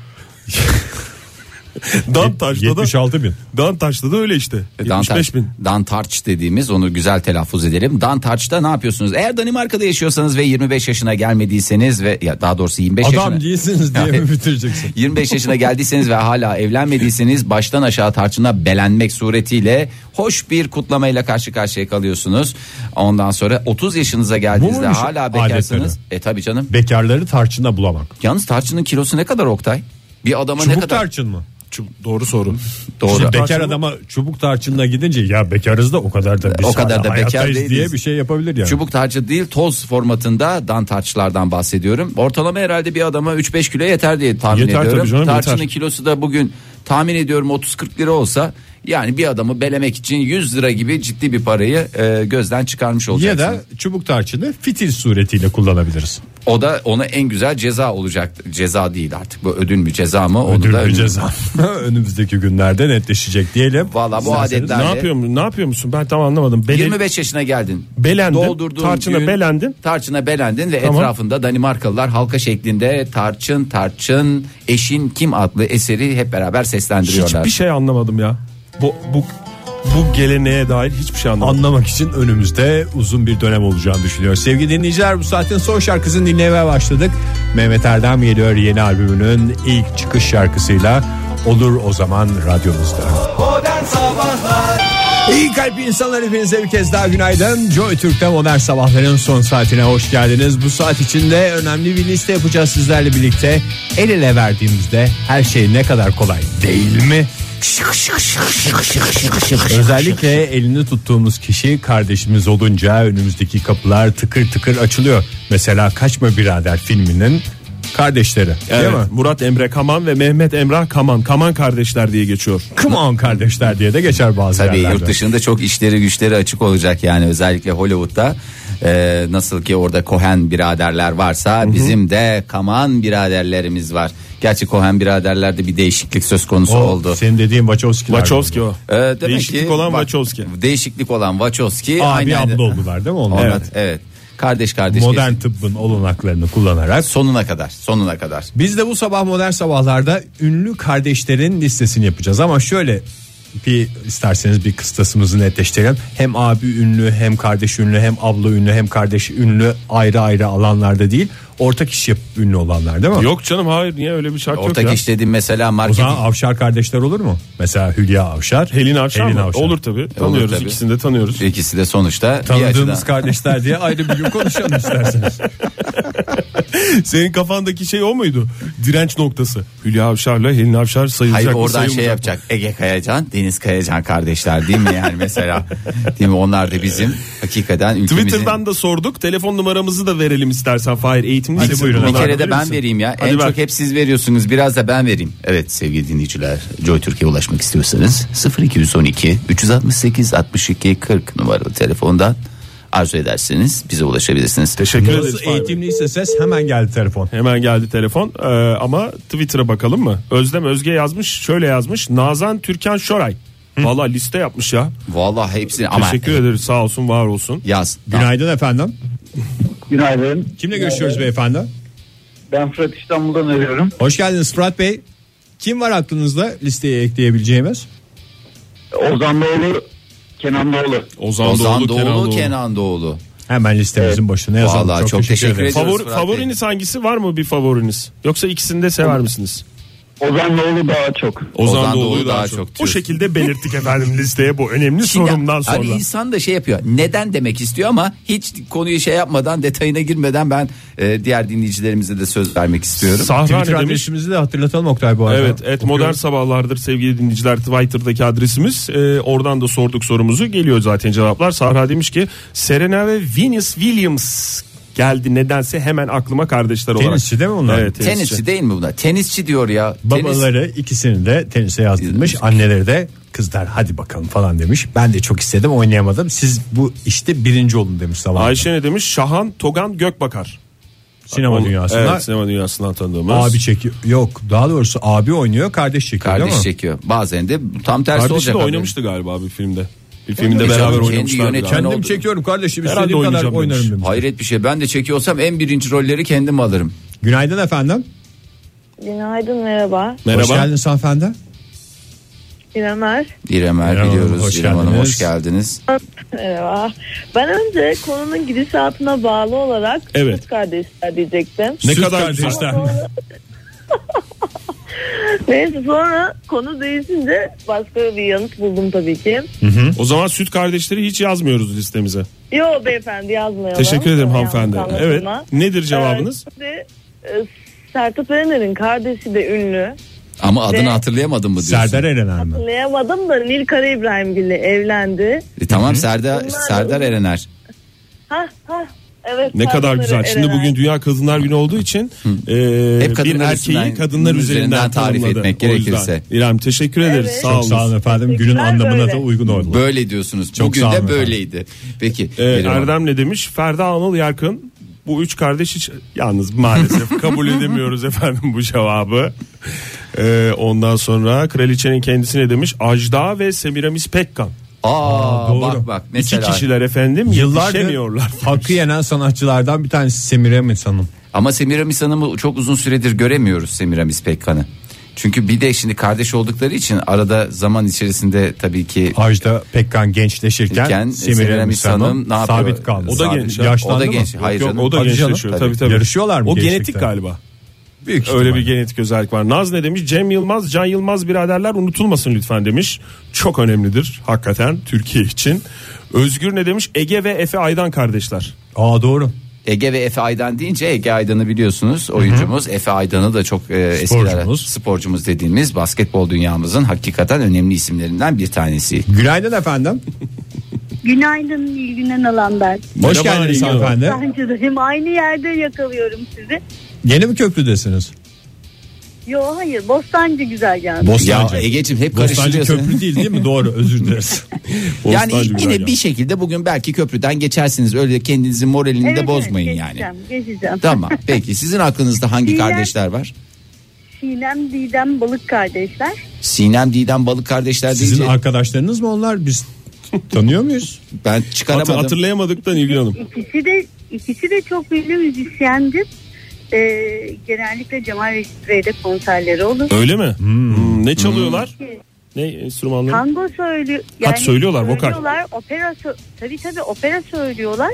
E: Dantaş'ta da
C: 76 bin. E,
E: Dantaş'ta da öyle işte.
D: Dantarç,
E: 75 bin.
D: Dantarç dediğimiz onu güzel telaffuz edelim. Dantarç'ta ne yapıyorsunuz? Eğer Danimarka'da yaşıyorsanız ve 25 yaşına gelmediyseniz ve ya daha doğrusu 25 yaşına (laughs)
C: Adam değilsiniz diye mi bitireceksin?
D: 25 yaşına geldiyseniz ve hala evlenmediyseniz baştan aşağı tarçına belenmek suretiyle hoş bir kutlamayla karşı karşıya kalıyorsunuz. Ondan sonra 30 yaşınıza geldiğinizde
C: muymuş
D: hala bekarsınız. E tabi canım.
C: Bekarları tarçında bulamak.
D: Yalnız tarçının kilosu ne kadar Oktay? Bir adama ne
C: Çubuk
D: kadar?
C: tarçın mı?
E: Çub- Doğru soru.
D: Doğru.
C: Şimdi bekar
E: Tarçın mı?
C: adama çubuk tarçınla gidince ya bekarız da o kadar da biz
D: O kadar
C: hala
D: da bekar
C: hayattayız
D: değiliz.
C: diye bir şey yapabilir yani.
D: Çubuk tarçı değil toz formatında dan tarçlardan bahsediyorum. Ortalama herhalde bir adama 3-5 kilo yeter diye tahmin
E: Yeter tabii
D: ediyorum.
E: canım,
D: Tarçının
E: yeter.
D: kilosu da bugün tahmin ediyorum 30-40 lira olsa yani bir adamı belemek için 100 lira gibi ciddi bir parayı e, gözden çıkarmış
C: Ya
D: olacaksın.
C: da çubuk tarçını fitil suretiyle kullanabiliriz.
D: O da ona en güzel ceza olacak. Ceza değil artık. Bu ödül mü ceza mı? Onu
C: Ödül
D: da
C: ve ceza. (laughs) Önümüzdeki günlerde netleşecek diyelim.
D: Valla bu
C: İsterseniz-
D: adetlerle.
E: Ne yapıyor mu- Ne yapıyor musun? Ben tam anlamadım. Bele,
D: 25 yaşına geldin.
E: Belendin,
D: Doldurduğun
E: tarçına
D: gün-
E: belendin.
D: Tarçına belendin ve
E: Tamam.
D: etrafında Danimarkalılar halka şeklinde tarçın tarçın eşin kim adlı eseri hep beraber seslendiriyorlar.
E: Hiçbir şey anlamadım ya. Bu bu bu geleneğe dair hiçbir şey anlamadım.
C: Anlamak için önümüzde uzun bir dönem olacağını düşünüyor. Sevgili dinleyiciler bu saatin son şarkısını dinlemeye başladık. Mehmet Erdem geliyor yeni albümünün ilk çıkış şarkısıyla. Olur o zaman radyomuzda.
B: Modern Sabahlar
C: İyi kalp insanlar hepinize bir kez daha günaydın. Joy Türk'te modern sabahların son saatine hoş geldiniz. Bu saat içinde önemli bir liste yapacağız sizlerle birlikte. El ele verdiğimizde her şey ne kadar kolay değil mi? Özellikle elini tuttuğumuz kişi kardeşimiz olunca önümüzdeki kapılar tıkır tıkır açılıyor. Mesela Kaçma Birader filminin kardeşleri
E: Evet,
C: değil mi?
E: Murat Emre Kaman ve Mehmet Emrah Kaman. Kaman kardeşler diye geçiyor.
C: Come on kardeşler diye de geçer bazı
D: Tabii
C: yerlerde.
D: yurt dışında çok işleri güçleri açık olacak yani özellikle Hollywood'da. Ee, nasıl ki orada Cohen biraderler varsa bizim de Kaman biraderlerimiz var. Gerçi Cohen biraderlerde bir değişiklik söz konusu
C: O,
D: oldu.
C: Oh, Senin dediğin Wachowski'ler.
E: Wachowski o.
D: Ee, demek
E: Oh, şey, Değişiklik
D: ki-
E: olan
D: bak,
E: Wachowski.
D: Değişiklik olan Wachowski.
C: Abi
D: aynı-
C: abla oldular değil mi onlar?
D: Onlar- evet. Kardeş kardeş.
C: Modern tıbbın olanaklarını kullanarak.
D: Sonuna kadar sonuna kadar.
C: Biz de bu sabah modern sabahlarda ünlü kardeşlerin listesini yapacağız ama şöyle bir isterseniz bir kıstasımızı netleştirelim. Hem abi ünlü hem kardeş ünlü hem abla ünlü hem kardeş ünlü ayrı ayrı alanlarda değil ortak iş yapıp ünlü olanlar değil mi?
E: Yok canım hayır niye öyle bir şart yok ya.
D: Ortak iş dediğim mesela
C: O
D: market.
C: zaman Avşar kardeşler olur mu? Mesela Hülya Avşar.
E: Helin Avşar
C: Helin
E: mı? Olur tabii. Tanıyoruz
D: tabii.
E: ikisini de tanıyoruz.
D: İkisi de sonuçta bir
C: Tanıdığımız
D: açıdan-
C: kardeşler diye ayrı bir gün konuşalım isterseniz.
E: (laughs) Senin kafandaki şey o muydu? Direnç noktası. Hülya Avşar'la Helin Avşar sayılacak
D: Hayır
E: mı,
D: oradan şey
E: sayılmayacak mı?
D: yapacak. Ege Kayacan, Deniz Kayacan kardeşler değil mi yani
E: (laughs)
D: mesela? Değil mi? Onlar da bizim hakikaten ülkemizin
E: Twitter'dan da sorduk. Telefon numaramızı da verelim istersen Fahir eğitimli.
C: Hadi
E: isim
C: buyurun.
D: bir
E: kullanan
D: kere de
E: verir
D: ben
E: misin?
D: vereyim ya.
E: Hadi
D: en
E: ver.
D: çok hep siz veriyorsunuz. Biraz da ben vereyim. Evet sevgili dinleyiciler. Joy Türkiye ulaşmak istiyorsanız 0212 368 62 40 numaralı telefondan arzu ederseniz bize ulaşabilirsiniz.
E: Teşekkür ederiz.
C: Nasıl
E: Fahir.
C: eğitimliyse ses hemen geldi telefon.
E: Hemen geldi telefon Ee, ama Twitter'a bakalım mı? Özlem Özge yazmış şöyle yazmış. Nazan Türkan Şoray. Valla liste yapmış ya.
D: Vallahi hepsini ama
E: Teşekkür ederiz sağ olsun var olsun.
D: yaz.
C: Günaydın efendim.
H: Günaydın.
C: Kimle görüşüyoruz beyefendi?
H: Ben Fırat İstanbul'dan arıyorum.
C: Hoş geldiniz Fırat Bey. Kim var aklınızda listeye ekleyebileceğimiz?
H: Ozan Doğulu, Kenan Doğulu.
E: Ozan,
D: Ozan Doğulu,
E: Kenan Doğulu.
D: Kenan Doğulu.
C: Hemen listemizin başına yazalım.
D: Vallahi çok teşekkür
C: ederim.
D: ediyoruz
E: Favori,
D: Fırat Bey.
E: favoriniz hangisi var mı bir favoriniz? Yoksa ikisini de sever misiniz?
H: Ozan Doğulu daha çok.
D: Ozan Doğulu'yu daha çok
E: Bu
D: diyorsun.
E: şekilde belirttik efendim listeye bu önemli
D: Şimdi
E: sorumdan sonra.
D: Abi insan da şey yapıyor. Neden demek istiyor ama hiç konuyu şey yapmadan detayına girmeden ben e, diğer dinleyicilerimize de söz vermek istiyorum.
E: Sahra
C: Twitter
E: ne demiş?
C: adresimizi de hatırlatalım Oktay bu arada.
E: Evet, et modern sabahlardır sevgili dinleyiciler Twitter'daki adresimiz. Ee, oradan da sorduk sorumuzu. Geliyor zaten cevaplar. Sahra demiş ki Serena ve Venus Williams geldi nedense hemen aklıma kardeşler olarak.
C: Tenisçi değil mi onlar?
E: Evet, tenisçi.
D: Tenisçi değil mi buna? Tenisçi diyor ya. Tenis-
C: Babaları ikisini de tenise yazdırmış. Anneleri de kızlar hadi bakalım falan demiş. Ben de çok istedim oynayamadım. Siz bu işte birinci olun demiş sabah.
E: Ayşe ne demiş? Şahan Togan Gökbakar.
C: Sinema
E: Onu-
C: dünyasında
E: Evet, sinema dünyasından tanıdığımız.
C: abi çekiyor. Yok daha doğrusu abi oynuyor kardeş çekiyor değil
D: Kardeş
C: mi?
D: çekiyor. Bazen de tam tersi
E: Kardeşi
D: olacak.
E: de
D: abi.
E: oynamıştı galiba bir filmde. Bir filmde
D: Kendi
E: beraber
D: yönetmen
E: oynamışlar.
D: oldu.
E: galiba.
C: Kendim çekiyorum kardeşim
E: Herhalde
C: istediğim kadar
E: oynayacağım demiş.
C: oynarım demiş.
D: Hayret bir şey. Ben de çekiyorsam en birinci rolleri kendim alırım.
C: Günaydın efendim.
I: Günaydın merhaba.
C: Hoş
E: Merhaba.
C: geldiniz hanımefendi.
I: İrem Er.
D: İrem Er
C: İrem Hanım,
D: biliyoruz.
C: hoş
D: İrem Hanım
C: geldiniz.
D: hoş geldiniz.
I: Merhaba. Ben önce konunun gidişatına bağlı olarak
E: Evet.
I: Süt kardeşler diyecektim.
E: Ne
C: Süt
E: kadar güzel.
I: (laughs) Neyse sonra konu değişince başka bir yanıt buldum tabii ki.
E: O zaman süt kardeşleri hiç yazmıyoruz listemize.
I: Yo beyefendi yazmayalım.
E: Teşekkür ederim
I: Yanlış
E: hanımefendi. Evet.
I: anlaşılma.
E: Nedir cevabınız?
I: Ee, şimdi, e, Sertab Erener'in kardeşi de ünlü.
D: Ama adını
I: Ve-
D: hatırlayamadım mı diyorsun?
C: Serdar Erener mi?
I: Anlayamadım da Nilkara İbrahimgil'le evlendi.
D: E, tamam Serdar,
I: Bunlar-
D: Serdar Erener.
I: Ha ha. Evet,
E: Ne kadar
I: Sertab
E: güzel. Şimdi
I: Erener.
E: bugün Dünya Kadınlar Günü olduğu için e,
D: Hep kadınlar
E: bir erkeği
D: üstünden-
E: kadınlar
D: üzerinden
E: üzerinden
D: tarif
E: tanımladı.
D: etmek
E: O yüzden.
D: gerekirse.
E: İrem teşekkür ederiz.
I: Evet.
E: Sağ olun.
C: Sağ olun efendim. Günün
I: Teşekkürler,
C: anlamına
I: böyle.
C: da uygun oldu.
D: Böyle diyorsunuz.
C: Çok
D: Bugün
C: sağ
D: de
C: olun efendim. Ee,
D: böyleydi. Peki.
E: E,
D: İrem Hanım.
E: Erdem ne demiş? Ferda Anıl Yarkın Bu üç kardeş hiç yalnız
D: (laughs)
E: maalesef kabul edemiyoruz efendim bu cevabı. Ee, ondan sonra kraliçenin kendisine demiş Ajda ve Semiramis Pekkan.
D: Aa,
C: doğru.
D: bak bak
E: İki
D: mesela.
E: kişiler efendim
C: Yıllardır
E: yetişemiyorlar.
C: hakkı yenen sanatçılardan bir tanesi Semiramis Hanım.
D: Ama Semiramis Hanım'ı çok uzun süredir göremiyoruz Semiramis Pekkan'ı. Çünkü bir de şimdi kardeş oldukları için arada zaman içerisinde tabii ki
C: Ajda Pekkan gençleşirken
D: Iken,
C: Semiramis Hanım, ne yapıyor?
D: yapıyor?
C: sabit kaldı.
E: O da
D: Sabit.
E: genç ha.
C: Yaşlandı
D: O da
C: mı?
D: genç. Hayır
E: Yok,
D: canım.
E: o da
D: Tabii canım.
E: gençleşiyor. Tabii. tabii.
C: Yarışıyorlar mı
E: O genetik
C: gençlikten?
E: galiba.
C: Büyük
E: Öyle
C: ihtimalle.
E: bir genetik özellik var. Naz ne demiş? Cem Yılmaz, Can Yılmaz biraderler unutulmasın lütfen demiş. Çok önemlidir hakikaten Türkiye için. Özgür ne demiş? Ege ve Efe Aydan kardeşler.
C: Aa doğru.
D: Ege ve Efe Aydan deyince Ege Aydan'ı biliyorsunuz oyuncumuz. Efe Aydan'ı da çok e, eskiler
C: Sporcumuz.
D: sporcumuz dediğimiz basketbol dünyamızın hakikaten önemli isimlerinden bir tanesi.
C: Günaydın efendim.
I: Günaydın İlgünen alan ben.
C: Hoş
E: Merhaba,
C: geldiniz
E: iyi günler.
C: hanımefendi.
I: Bence de hem aynı yerde yakalıyorum sizi.
C: Yeni mi köprüdesiniz?
I: Yo hayır Bostancı güzel geldi.
C: Bostancı.
D: Ya Ege'cim hep
C: Bostancı
D: karıştırıyorsun.
C: köprü değil değil mi? Doğru özür dileriz.
D: (laughs) Yani
E: Bostancı güzel
D: yine
E: ya.
D: bir şey şekilde bugün belki köprüden geçersiniz. Öyle kendinizin moralini de bozmayın yani.
I: geçeceğim, Geçeceğim.
D: Tamam. Peki sizin aklınızda hangi
I: Diğer-
D: kardeşler var?
I: Sinem, Didem, Balık kardeşler.
D: Sinem, Didem, Balık kardeşler
C: Sizin
D: deyince
C: arkadaşlarınız mı onlar? Biz tanıyor muyuz?
D: ben
E: Hatır,
D: çıkaramadım.
E: hatırlayamadıktan İlgin Hanım.
I: İkisi de ikisi de çok ünlü müzisyendir. Ee, genellikle Cemal Reşit Bey'de konserleri olur.
E: Öyle mi? Hmm, Ne çalıyorlar? Ne enstrümanları?
I: Tango söylüyor.
E: söylüyorlar, vokal.
I: söylüyorlar, Opera sö- tabii tabii opera söylüyorlar.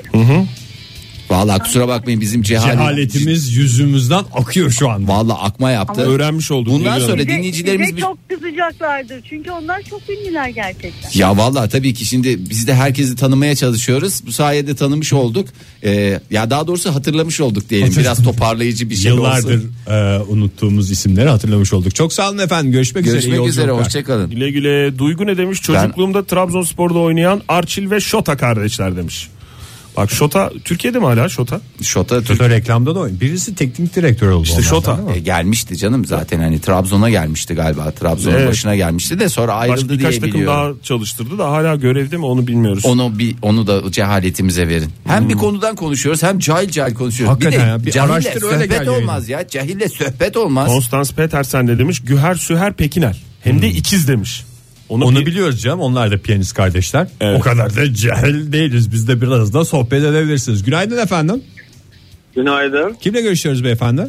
D: Vallahi kusura bakmayın bizim cehalet,
C: Cehaletimiz yüzümüzden akıyor şu anda.
D: Vallahi akma yaptı.
E: Öğrenmiş olduk.
D: Bundan
E: İlgin Hanım.
D: sonra
I: Bir de-
D: dinleyicilerimiz
I: bir de
D: bir-
I: çok kızacaklardır. Çünkü onlar çok ünlüler gerçekten.
D: Ya vallahi tabii ki şimdi biz de herkesi tanımaya çalışıyoruz. Bu sayede tanımış olduk. Ee, ya daha doğrusu hatırlamış olduk diyelim. Biraz toparlayıcı bir şey
C: Yıllardır
D: olsun.
C: e, unuttuğumuz isimleri hatırlamış olduk. Çok sağ olun efendim. Görüşmek, üzere. iyi
D: Görüşmek üzere
C: yolculuklar.
D: hoşçakalın.
E: Güle güle. Duygu ne demiş? Çocukluğumda Trabzonspor'da oynayan Arçil ve Şota kardeşler demiş. Bak Şota Türkiye'de mi hala Şota?
D: Şota Türk.
C: Şurada reklamda da oyun. Birisi teknik direktör oldu.
E: İşte
C: onlardan,
E: Şota.
C: değil mi?
D: E, gelmişti canım zaten hani Trabzon'a gelmişti galiba. Trabzon'un
E: Evet.
D: başına gelmişti de sonra
E: Baş,
D: ayrıldı
E: birkaç
D: diye
E: takım
D: biliyorum.
E: daha çalıştırdı da hala görevde mi onu bilmiyoruz.
D: Onu bir onu da cehaletimize verin. Hem bir konudan konuşuyoruz hem cahil cahil konuşuyoruz.
C: Hmm. Hakikaten ya,
D: bir de
C: bir
D: cahille
C: araştır, öyle
D: sohbet
C: gel
D: olmaz ya. Cahille sohbet olmaz.
E: Konstans Petersen de demiş Güher Süher Pekinel. Hem de ikiz demiş. Onu,
C: Hmm. Onu
E: bir-
C: biliyoruz canım. Onlar da piyanist kardeşler.
E: Evet.
C: O kadar da cahil değiliz. Biz de biraz da sohbet edebilirsiniz. Günaydın efendim.
H: Günaydın.
C: Kimle görüşüyoruz beyefendi?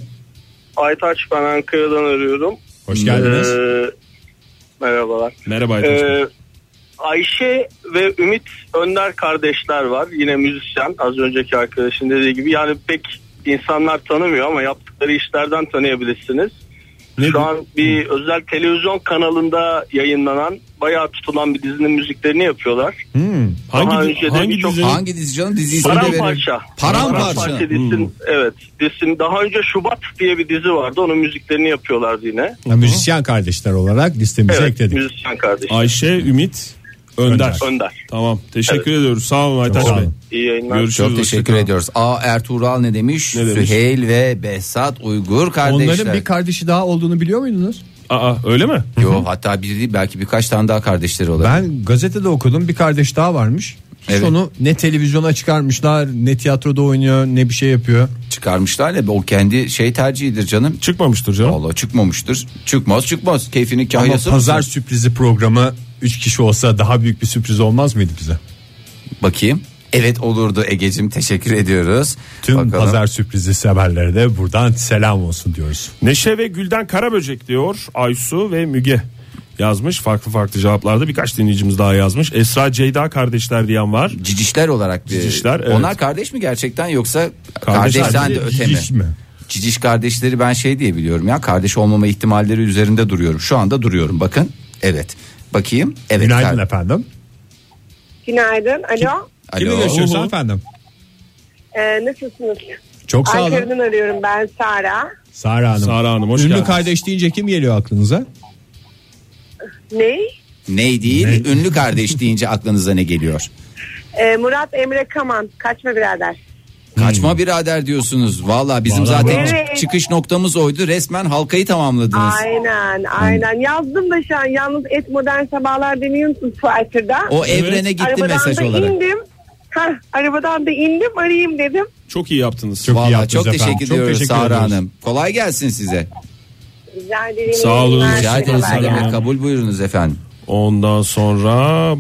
H: Aytaç ben Ankara'dan arıyorum. Ee,
C: Hoş geldiniz.
H: merhabalar.
E: Merhaba Aytaç.
H: Ee, Ayşe ve Ümit Önder kardeşler var. Yine müzisyen. Az önceki arkadaşın dediği gibi. Yani pek insanlar tanımıyor ama yaptıkları işlerden tanıyabilirsiniz. Şu an bir özel televizyon kanalında yayınlanan bayağı tutulan bir dizinin müziklerini yapıyorlar. daha
E: hangi
H: önce de
E: hangi
H: birçok-
E: dizinin?
D: Hangi dizi canım dizi ismi de verin.
H: Paramparça.
D: Paramparça.
H: dizisinin- Evet. Dizisinin daha önce Şubat diye bir dizi vardı. Onun müziklerini yapıyorlardı yine.
C: Ya, müzisyen kardeşler olarak listemize
H: Evet.
C: ekledik.
H: Müzisyen kardeş.
E: Ayşe Ümit Önder.
C: Önder.
H: Önder.
E: Tamam. Teşekkür ediyoruz. Sağ olun Aytaç
C: Çok sağ
E: Bey.
C: olun.
H: İyi yayınlar.
E: Görüşürüz.
D: Çok teşekkür
E: hoşça kalın.
D: ediyoruz. A Ertuğral ne demiş?
E: Ne demiş?
D: Süheyl ve Behzat Uygur kardeşler.
C: Onların bir kardeşi daha olduğunu biliyor muydunuz?
E: Aa öyle mi?
D: Yo hatta bir değil belki birkaç tane daha kardeşleri olabilir.
C: Ben gazetede okudum bir kardeş daha varmış. Hiç
D: Evet.
C: onu ne televizyona çıkarmışlar ne tiyatroda oynuyor ne bir şey yapıyor.
D: Çıkarmışlar ya o kendi şey tercihidir canım.
E: Çıkmamıştır canım.
D: Vallahi çıkmamıştır. Çıkmaz çıkmaz. Keyfini
C: Ama
D: kahyası
C: pazar
D: mısın?
C: sürprizi programı 3 kişi olsa daha büyük bir sürpriz olmaz mıydı bize?
D: Bakayım. Evet olurdu Egecim teşekkür ediyoruz.
C: Tüm
D: Bakalım.
C: pazar sürprizi severlere de buradan selam olsun diyoruz.
E: Neşe ve Gülden Karaböcek diyor Aysu ve Müge yazmış. Farklı farklı cevaplarda birkaç dinleyicimiz daha yazmış. Esra Ceyda kardeşler diyen var.
D: Cicişler olarak bir.
E: Cicişler, evet.
D: Onlar kardeş mi gerçekten yoksa
E: Kardeşler.
D: kardeşten de öte mi?
C: Hiç mi?
D: Ciciş kardeşleri ben şey diye biliyorum ya kardeş olmama ihtimalleri üzerinde duruyorum. Şu anda duruyorum bakın. Evet. Bakayım. Evet.
C: Günaydın
D: kar-
C: efendim.
I: Günaydın. Alo. e,
C: Kimle
D: Alo.
C: görüşüyoruz
E: Uhu.
C: efendim?
I: nasılsınız?
C: Çok sağ olun.
I: arıyorum ben Sara.
C: Sara Hanım.
E: Sara Hanım, hoş
C: Ünlü
E: geldiniz.
C: kardeş deyince kim geliyor aklınıza?
I: Ne?
D: Ney değil ünlü kardeş deyince aklınıza ne geliyor?
I: E, Murat Emre Kaman. Kaçma birader.
D: Kaçma birader diyorsunuz. Valla bizim
C: Hmm. Vallahi
D: zaten
I: bravo.
D: çı- çıkış noktamız oydu. Resmen halkayı tamamladınız.
I: Aynen aynen yazdım da şu an yalnız et modern sabahlar demeyi unuttum Twitter'da.
D: O evrene gitti
I: Arabadan
D: mesaj
I: da
D: olarak.
I: indim
A: Hah, arabadan da indim arayayım dedim.
E: Çok iyi yaptınız.
C: Çok iyi
D: Vallahi
C: yaptınız
D: çok
C: efendim.
D: teşekkür
C: Çok
D: ediyoruz
C: teşekkür
D: Sara
C: ediyoruz.
D: Hanım. Kolay gelsin size.
A: Rica ederim.
E: Sağ olun.
A: İyi
D: Rica
A: günler.
D: ederiz.
E: Sara
D: Ne demek,
E: Hanım.
D: Kabul buyurunuz efendim.
E: Ondan sonra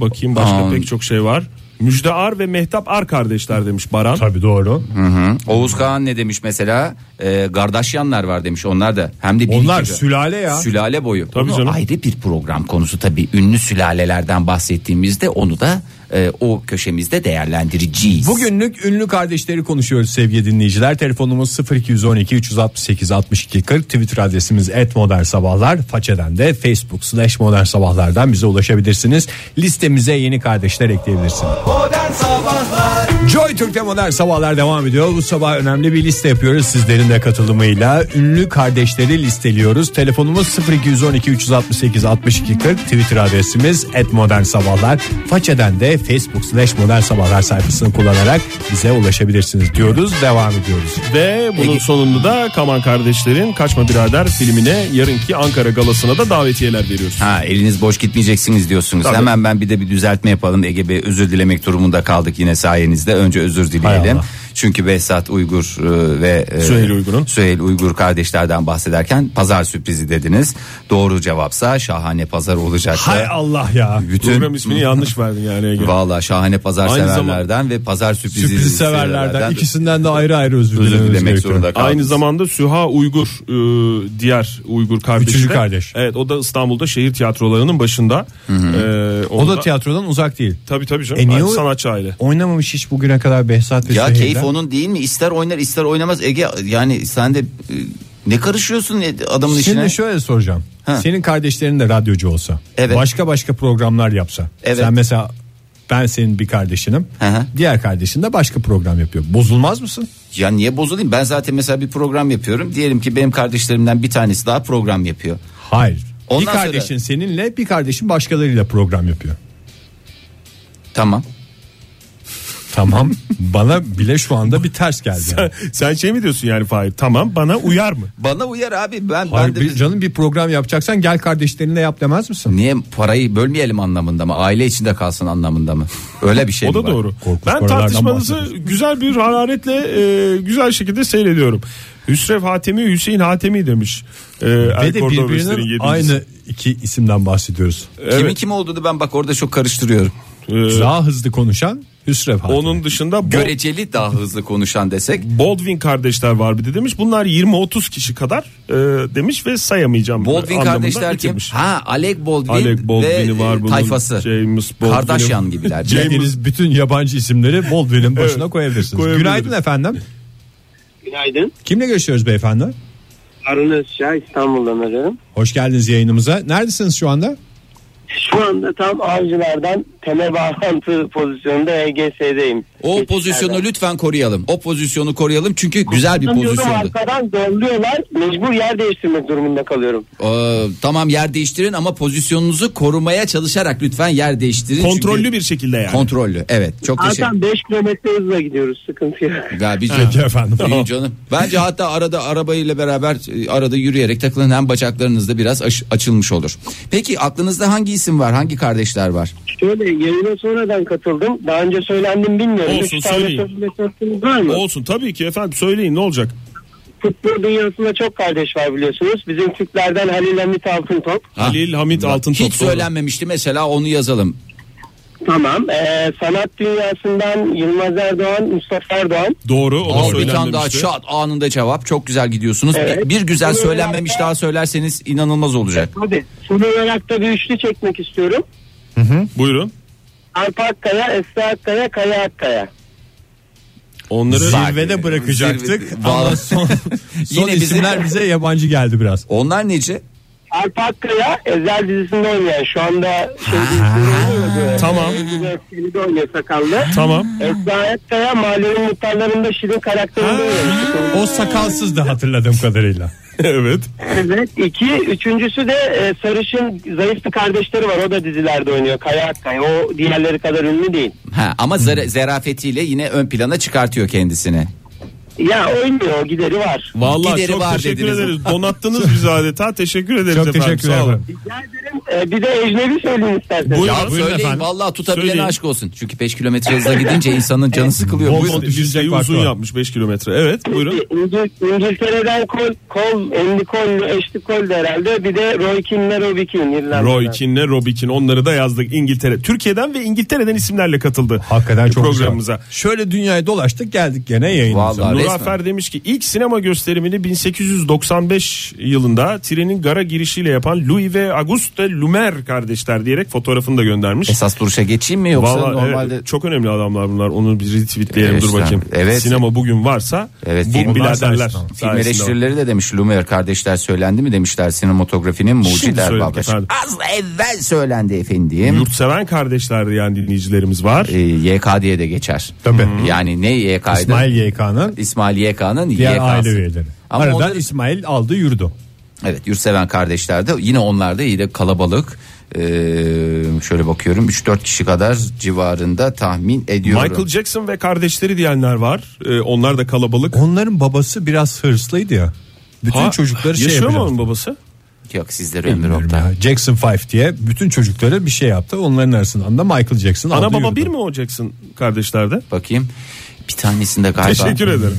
E: bakayım başka
D: Tamam.
E: pek çok şey var. Müjde Ar ve Mehtap Ar kardeşler demiş Baran.
C: Tabii doğru.
D: Hı. Oğuz Kağan ne demiş mesela? Ee, Gardaşyanlar var demiş onlar da. Hem de bir
C: Onlar
D: iki de.
C: sülale ya.
D: Sülale boyu.
E: Tabii
D: Onu
E: canım.
D: Ayrı bir program konusu tabii. Ünlü sülalelerden bahsettiğimizde onu da e, o köşemizde değerlendireceğiz.
C: Bugünlük ünlü kardeşleri konuşuyoruz sevgili dinleyiciler. Telefonumuz 0212 368 62 40. Twitter adresimiz et sabahlar. Façeden de Facebook slash modern sabahlardan bize ulaşabilirsiniz. Listemize yeni kardeşler ekleyebilirsiniz.
J: Modern Sabahlar
C: Joy Türk'te modern sabahlar devam ediyor. Bu sabah önemli bir liste yapıyoruz sizlerin de katılımıyla. Ünlü kardeşleri listeliyoruz. Telefonumuz 0212 368 62 40. Twitter adresimiz et modern sabahlar. Façeden de Facebook slash modern sabahlar sayfasını kullanarak bize ulaşabilirsiniz diyoruz. Devam ediyoruz.
E: Ve bunun sonunda da Kaman kardeşlerin Kaçma Birader filmine yarınki Ankara galasına da davetiyeler veriyoruz.
D: Ha eliniz boş gitmeyeceksiniz diyorsunuz.
E: Tabii.
D: Hemen ben bir de bir düzeltme yapalım. Ege Bey özür dilemek durumunda kaldık yine sayenizde. Önce özür
C: Hay
D: dileyelim.
C: Allah.
D: Çünkü Behzat Uygur e, ve e,
E: Süheyl Uygur'un.
D: Süheyl Uygur kardeşlerden bahsederken pazar sürprizi dediniz. Doğru cevapsa şahane pazar olacak.
C: Hay Allah ya.
D: Bütün
E: Program ismini yanlış verdin yani Ege.
D: Valla şahane pazar
E: Aynı
D: severlerden ve pazar sürprizi,
C: Sürprizi severlerden ikisinden de ayrı ayrı özür,
D: özür
C: dilememiz
D: dilemek
C: gerekiyor.
D: zorunda kaldık.
E: Aynı zamanda Süha Uygur e, diğer Uygur kardeşi.
C: Üçüncü
E: de-
C: kardeş.
E: Evet o da İstanbul'da şehir tiyatrolarının başında. E,
C: O da
E: orada-
C: tiyatrodan uzak değil.
E: Tabii tabii canım.
C: E niye
E: Aynı
C: o-
E: sanatçı aile. (laughs)
C: Oynamamış hiç bugüne kadar Behzat ve
D: Ya
C: Süheyl'den.
D: keyif onun değil mi? İster oynar ister oynamaz Ege yani sen de e, ne karışıyorsun e, adamın
C: Şimdi
D: işine?
C: şöyle soracağım.
D: Ha.
C: Senin kardeşlerin de radyocu olsa.
D: Evet.
C: Başka başka programlar yapsa.
D: Evet.
C: Sen mesela ben senin bir kardeşinim.
D: Hı hı.
C: Diğer kardeşin de başka program yapıyor. Bozulmaz mısın?
D: Ya niye bozulayım? Ben zaten mesela bir program yapıyorum. Diyelim ki benim kardeşlerimden bir tanesi daha program yapıyor.
C: Hayır.
D: Ondan
C: bir kardeşin
D: sonra-
C: seninle bir kardeşin başkalarıyla program yapıyor.
D: Tamam. (laughs)
C: Tamam. Bana bile şu anda bir ters geldi. yani.
E: Sen şey mi diyorsun yani Fahir? Tamam bana uyar mı?
D: Bana uyar abi. Ben,
C: Hayır,
D: ben de
C: bir, canım bir program yapacaksan gel kardeşlerinle yap demez misin?
D: Niye parayı bölmeyelim anlamında mı? Aile içinde kalsın anlamında mı? Öyle bir şey
E: O
D: mi
E: da
D: var?
E: doğru.
C: Korkunç
E: ben
C: paralardan
E: tartışmanızı
C: bahsediyorsun.
E: güzel bir hararetle e, güzel şekilde seyrediyorum. Hüsrev Hatemi Hüseyin Hatemi demiş. E,
C: Ve de
E: Erkor Dorbesler'in
C: birbirinin
E: yedincisi.
C: aynı iki isimden bahsediyoruz.
D: Kimin
E: Evet.
D: kim olduğunu ben bak orada çok karıştırıyorum.
E: E,
C: Daha hızlı konuşan Hüsrev Hatip.
E: onun dışında Bo-
D: Göreceli daha hızlı konuşan desek.
E: Baldwin kardeşler var bir de demiş. Bunlar 20-30 kişi kadar e, demiş ve sayamayacağım.
D: Baldwin
E: anlamında
D: kardeşler kim?
E: bitirmiş.
D: Ha Alec Baldwin,
E: Alec
D: ve
E: Baldwin'i var bunun.
D: tayfası.
E: James Baldwin'i-
D: Kardashian gibiler.
E: James-
C: Bildiğiniz bütün yabancı isimleri Baldwin'in başına
E: Evet,
C: koyabilirsiniz.
E: koyabiliriz.
C: Günaydın efendim.
K: Günaydın.
C: Kimle görüşüyoruz beyefendi?
K: Arun Özşah İstanbul'dan arıyorum.
C: Hoş geldiniz yayınımıza. Neredesiniz şu anda?
K: Şu anda tam avcılardan temel bağlantı pozisyonunda E EGS'deyim.
D: O pozisyonu lütfen koruyalım. O pozisyonu koruyalım çünkü güzel bir
K: Tutamıyorum,
D: pozisyondu.
K: Arkadan zorluyorlar. Mecbur yer değiştirmek durumunda kalıyorum.
D: Ee, tamam yer değiştirin ama pozisyonunuzu korumaya çalışarak lütfen yer değiştirin.
E: (laughs) Kontrollü
D: Çünkü-
E: bir şekilde yani.
D: Kontrollü evet çok teşekkür
K: Arkadan 5 kilometre hızla gidiyoruz. Sıkıntı
H: (laughs)
K: yok.
D: Ya bir
C: Peki efendim.
D: İyi canım. Bence hatta arada arabayla beraber e, arada yürüyerek takılın hem bacaklarınız da biraz aş- açılmış olur. Peki aklınızda hangi isim var? Hangi kardeşler var?
K: Şöyle yayına sonradan katıldım. Daha önce söylendim bilmiyorum.
E: Olsun,
K: Üç tane
E: söyleyin.
K: sözle sözünüz var mı?
E: Olsun tabii ki efendim söyleyin ne olacak?
K: Futbol dünyasında çok kardeş var biliyorsunuz. Bizim Türklerden Halil Hamit Altıntop.
D: Ha.
E: Halil Hamit
D: Hiç
E: Altıntop. doğru.
D: söylenmemişti mesela onu yazalım.
K: Tamam. Ee, sanat dünyasından Yılmaz Erdoğan, Mustafa Erdoğan.
E: Doğru o da
D: Al bir tane daha
E: söylenmemişti.
D: şat anında cevap. Çok güzel gidiyorsunuz. E,
K: Evet.
D: Bir- Bir güzel
K: Bunu
D: söylenmemiş
K: öğrenme-
D: daha söylerseniz inanılmaz olacak.
K: Hadi. Son olarak da bir üçlü çekmek istiyorum.
E: Buyurun.
K: Alp Akkaya, Esra Akkaya, Kaya Akkaya.
E: Onları
C: Zirvede bırakacaktık
D: Zirvede-
C: ama son, son
D: Yine bizi-
C: isimler bize yabancı geldi biraz.
D: Onlar nece?
K: Alp Akkaya Ezel dizisinde oynayan şu anda şey dizisinde oynuyor. böyle.
E: Tamam.
K: Güzel filmde oynuyor sakallı.
E: Tamam.
K: Esra Akkaya mahallenin muhtarlarında Şirin karakterinde oynuyor.
C: O sakalsızdı hatırladığım kadarıyla.
E: evet.
K: Evet. İki. Üçüncüsü de e, Sarış'ın zayıflı kardeşleri var. O da dizilerde oynuyor. Kaya Akkaya. O diğerleri kadar ünlü değil.
D: Ha, ama zara- zarafetiyle yine ön plana çıkartıyor kendisini.
K: Ya oynuyor. O gideri var.
E: Vallahi
D: Gideri
E: çok
D: var (laughs)
E: teşekkür
D: dediniz.
E: ederiz. Donattınız bizi adeta. Teşekkür ederiz
C: Çok
E: efendim.
C: teşekkür
E: Sağ olun.
C: ederim.
K: Rica ederim. E,
L: Ee, bir de ecnebi söyleyin isterseniz.
D: Buyurun,
K: Ya, buyurun
D: söyleyin.
K: efendim.
D: Vallahi tutabilene
K: Söyleyin.
D: aşk olsun. Çünkü 5 kilometre hızla gidince insanın canı sıkılıyor.
E: Bol bol
D: Buyurun.
E: listeyi uzun yapmış 5 kilometre. Evet buyurun.
L: İngil- İngiltere'den kol, kol, 50 kol, eşli kol de herhalde. Bir de Roy Keane'le Robbie Keane. İrlanda'dan.
E: Roy Keane'le Robbie Keane onları da yazdık İngiltere. Türkiye'den ve İngiltere'den isimlerle katıldı.
C: Hakikaten çok
E: programımıza.
C: güzel. Şöyle dünyayı dolaştık geldik gene yayınımıza.
D: Vallahi resmen.
E: Nurafer demiş ki ilk sinema gösterimini 1895 yılında trenin gara girişiyle yapan Louis ve Auguste Lumière kardeşler diyerek fotoğrafını da göndermiş.
D: Esas duruşa geçeyim mi yoksa
E: Vallahi
D: normalde
E: evet, çok önemli adamlar bunlar. Onu bir retweetleyelim
D: Evet,
E: dur bakayım.
D: evet.
E: Sinema bugün varsa
D: Evet,
E: bu
D: film-
E: biraderler.
D: Film
E: sayesinde
D: eleştirileri de demiş Lumière kardeşler söylendi mi demişler sinematografinin
E: Şimdi
D: mucider
E: söyledik
D: babası.
E: efendim.
D: Az evvel söylendi efendim.
E: Yurtseven kardeşler diyen dinleyicilerimiz var.
D: Ee, YK diye de geçer.
C: Tabii.
D: Yani ne YK'ydı? İsmail,
C: İsmail
D: YK'nın
C: YK'nın diğer
D: YK'sı.
C: aile üyeleri.
D: Ama
C: Aradan
D: onda-
C: İsmail aldı yürüdü.
D: Evet yurtseven kardeşler de yine onlar da iyi de kalabalık. Ee, şöyle bakıyorum 3-4 kişi kadar civarında tahmin ediyorum.
E: Michael Jackson ve kardeşleri diyenler var. Ee, onlar da kalabalık.
C: Onların babası biraz hırslıydı ya. Bütün
E: Ha,
C: çocukları şey
E: yaşıyor mu onun
C: yapacağız.
E: babası?
D: Yok sizlere ömür
C: Bilmiyorum
D: Oktay.
C: ya. Jackson 5 diye bütün çocuklara bir şey yaptı. Onların arasından da Michael Jackson
E: Ana
C: aldı
E: baba
C: yürüdü.
E: bir mi o Jackson kardeşlerde?
D: Bakayım. Bir tanesinde galiba.
E: Teşekkür ederim.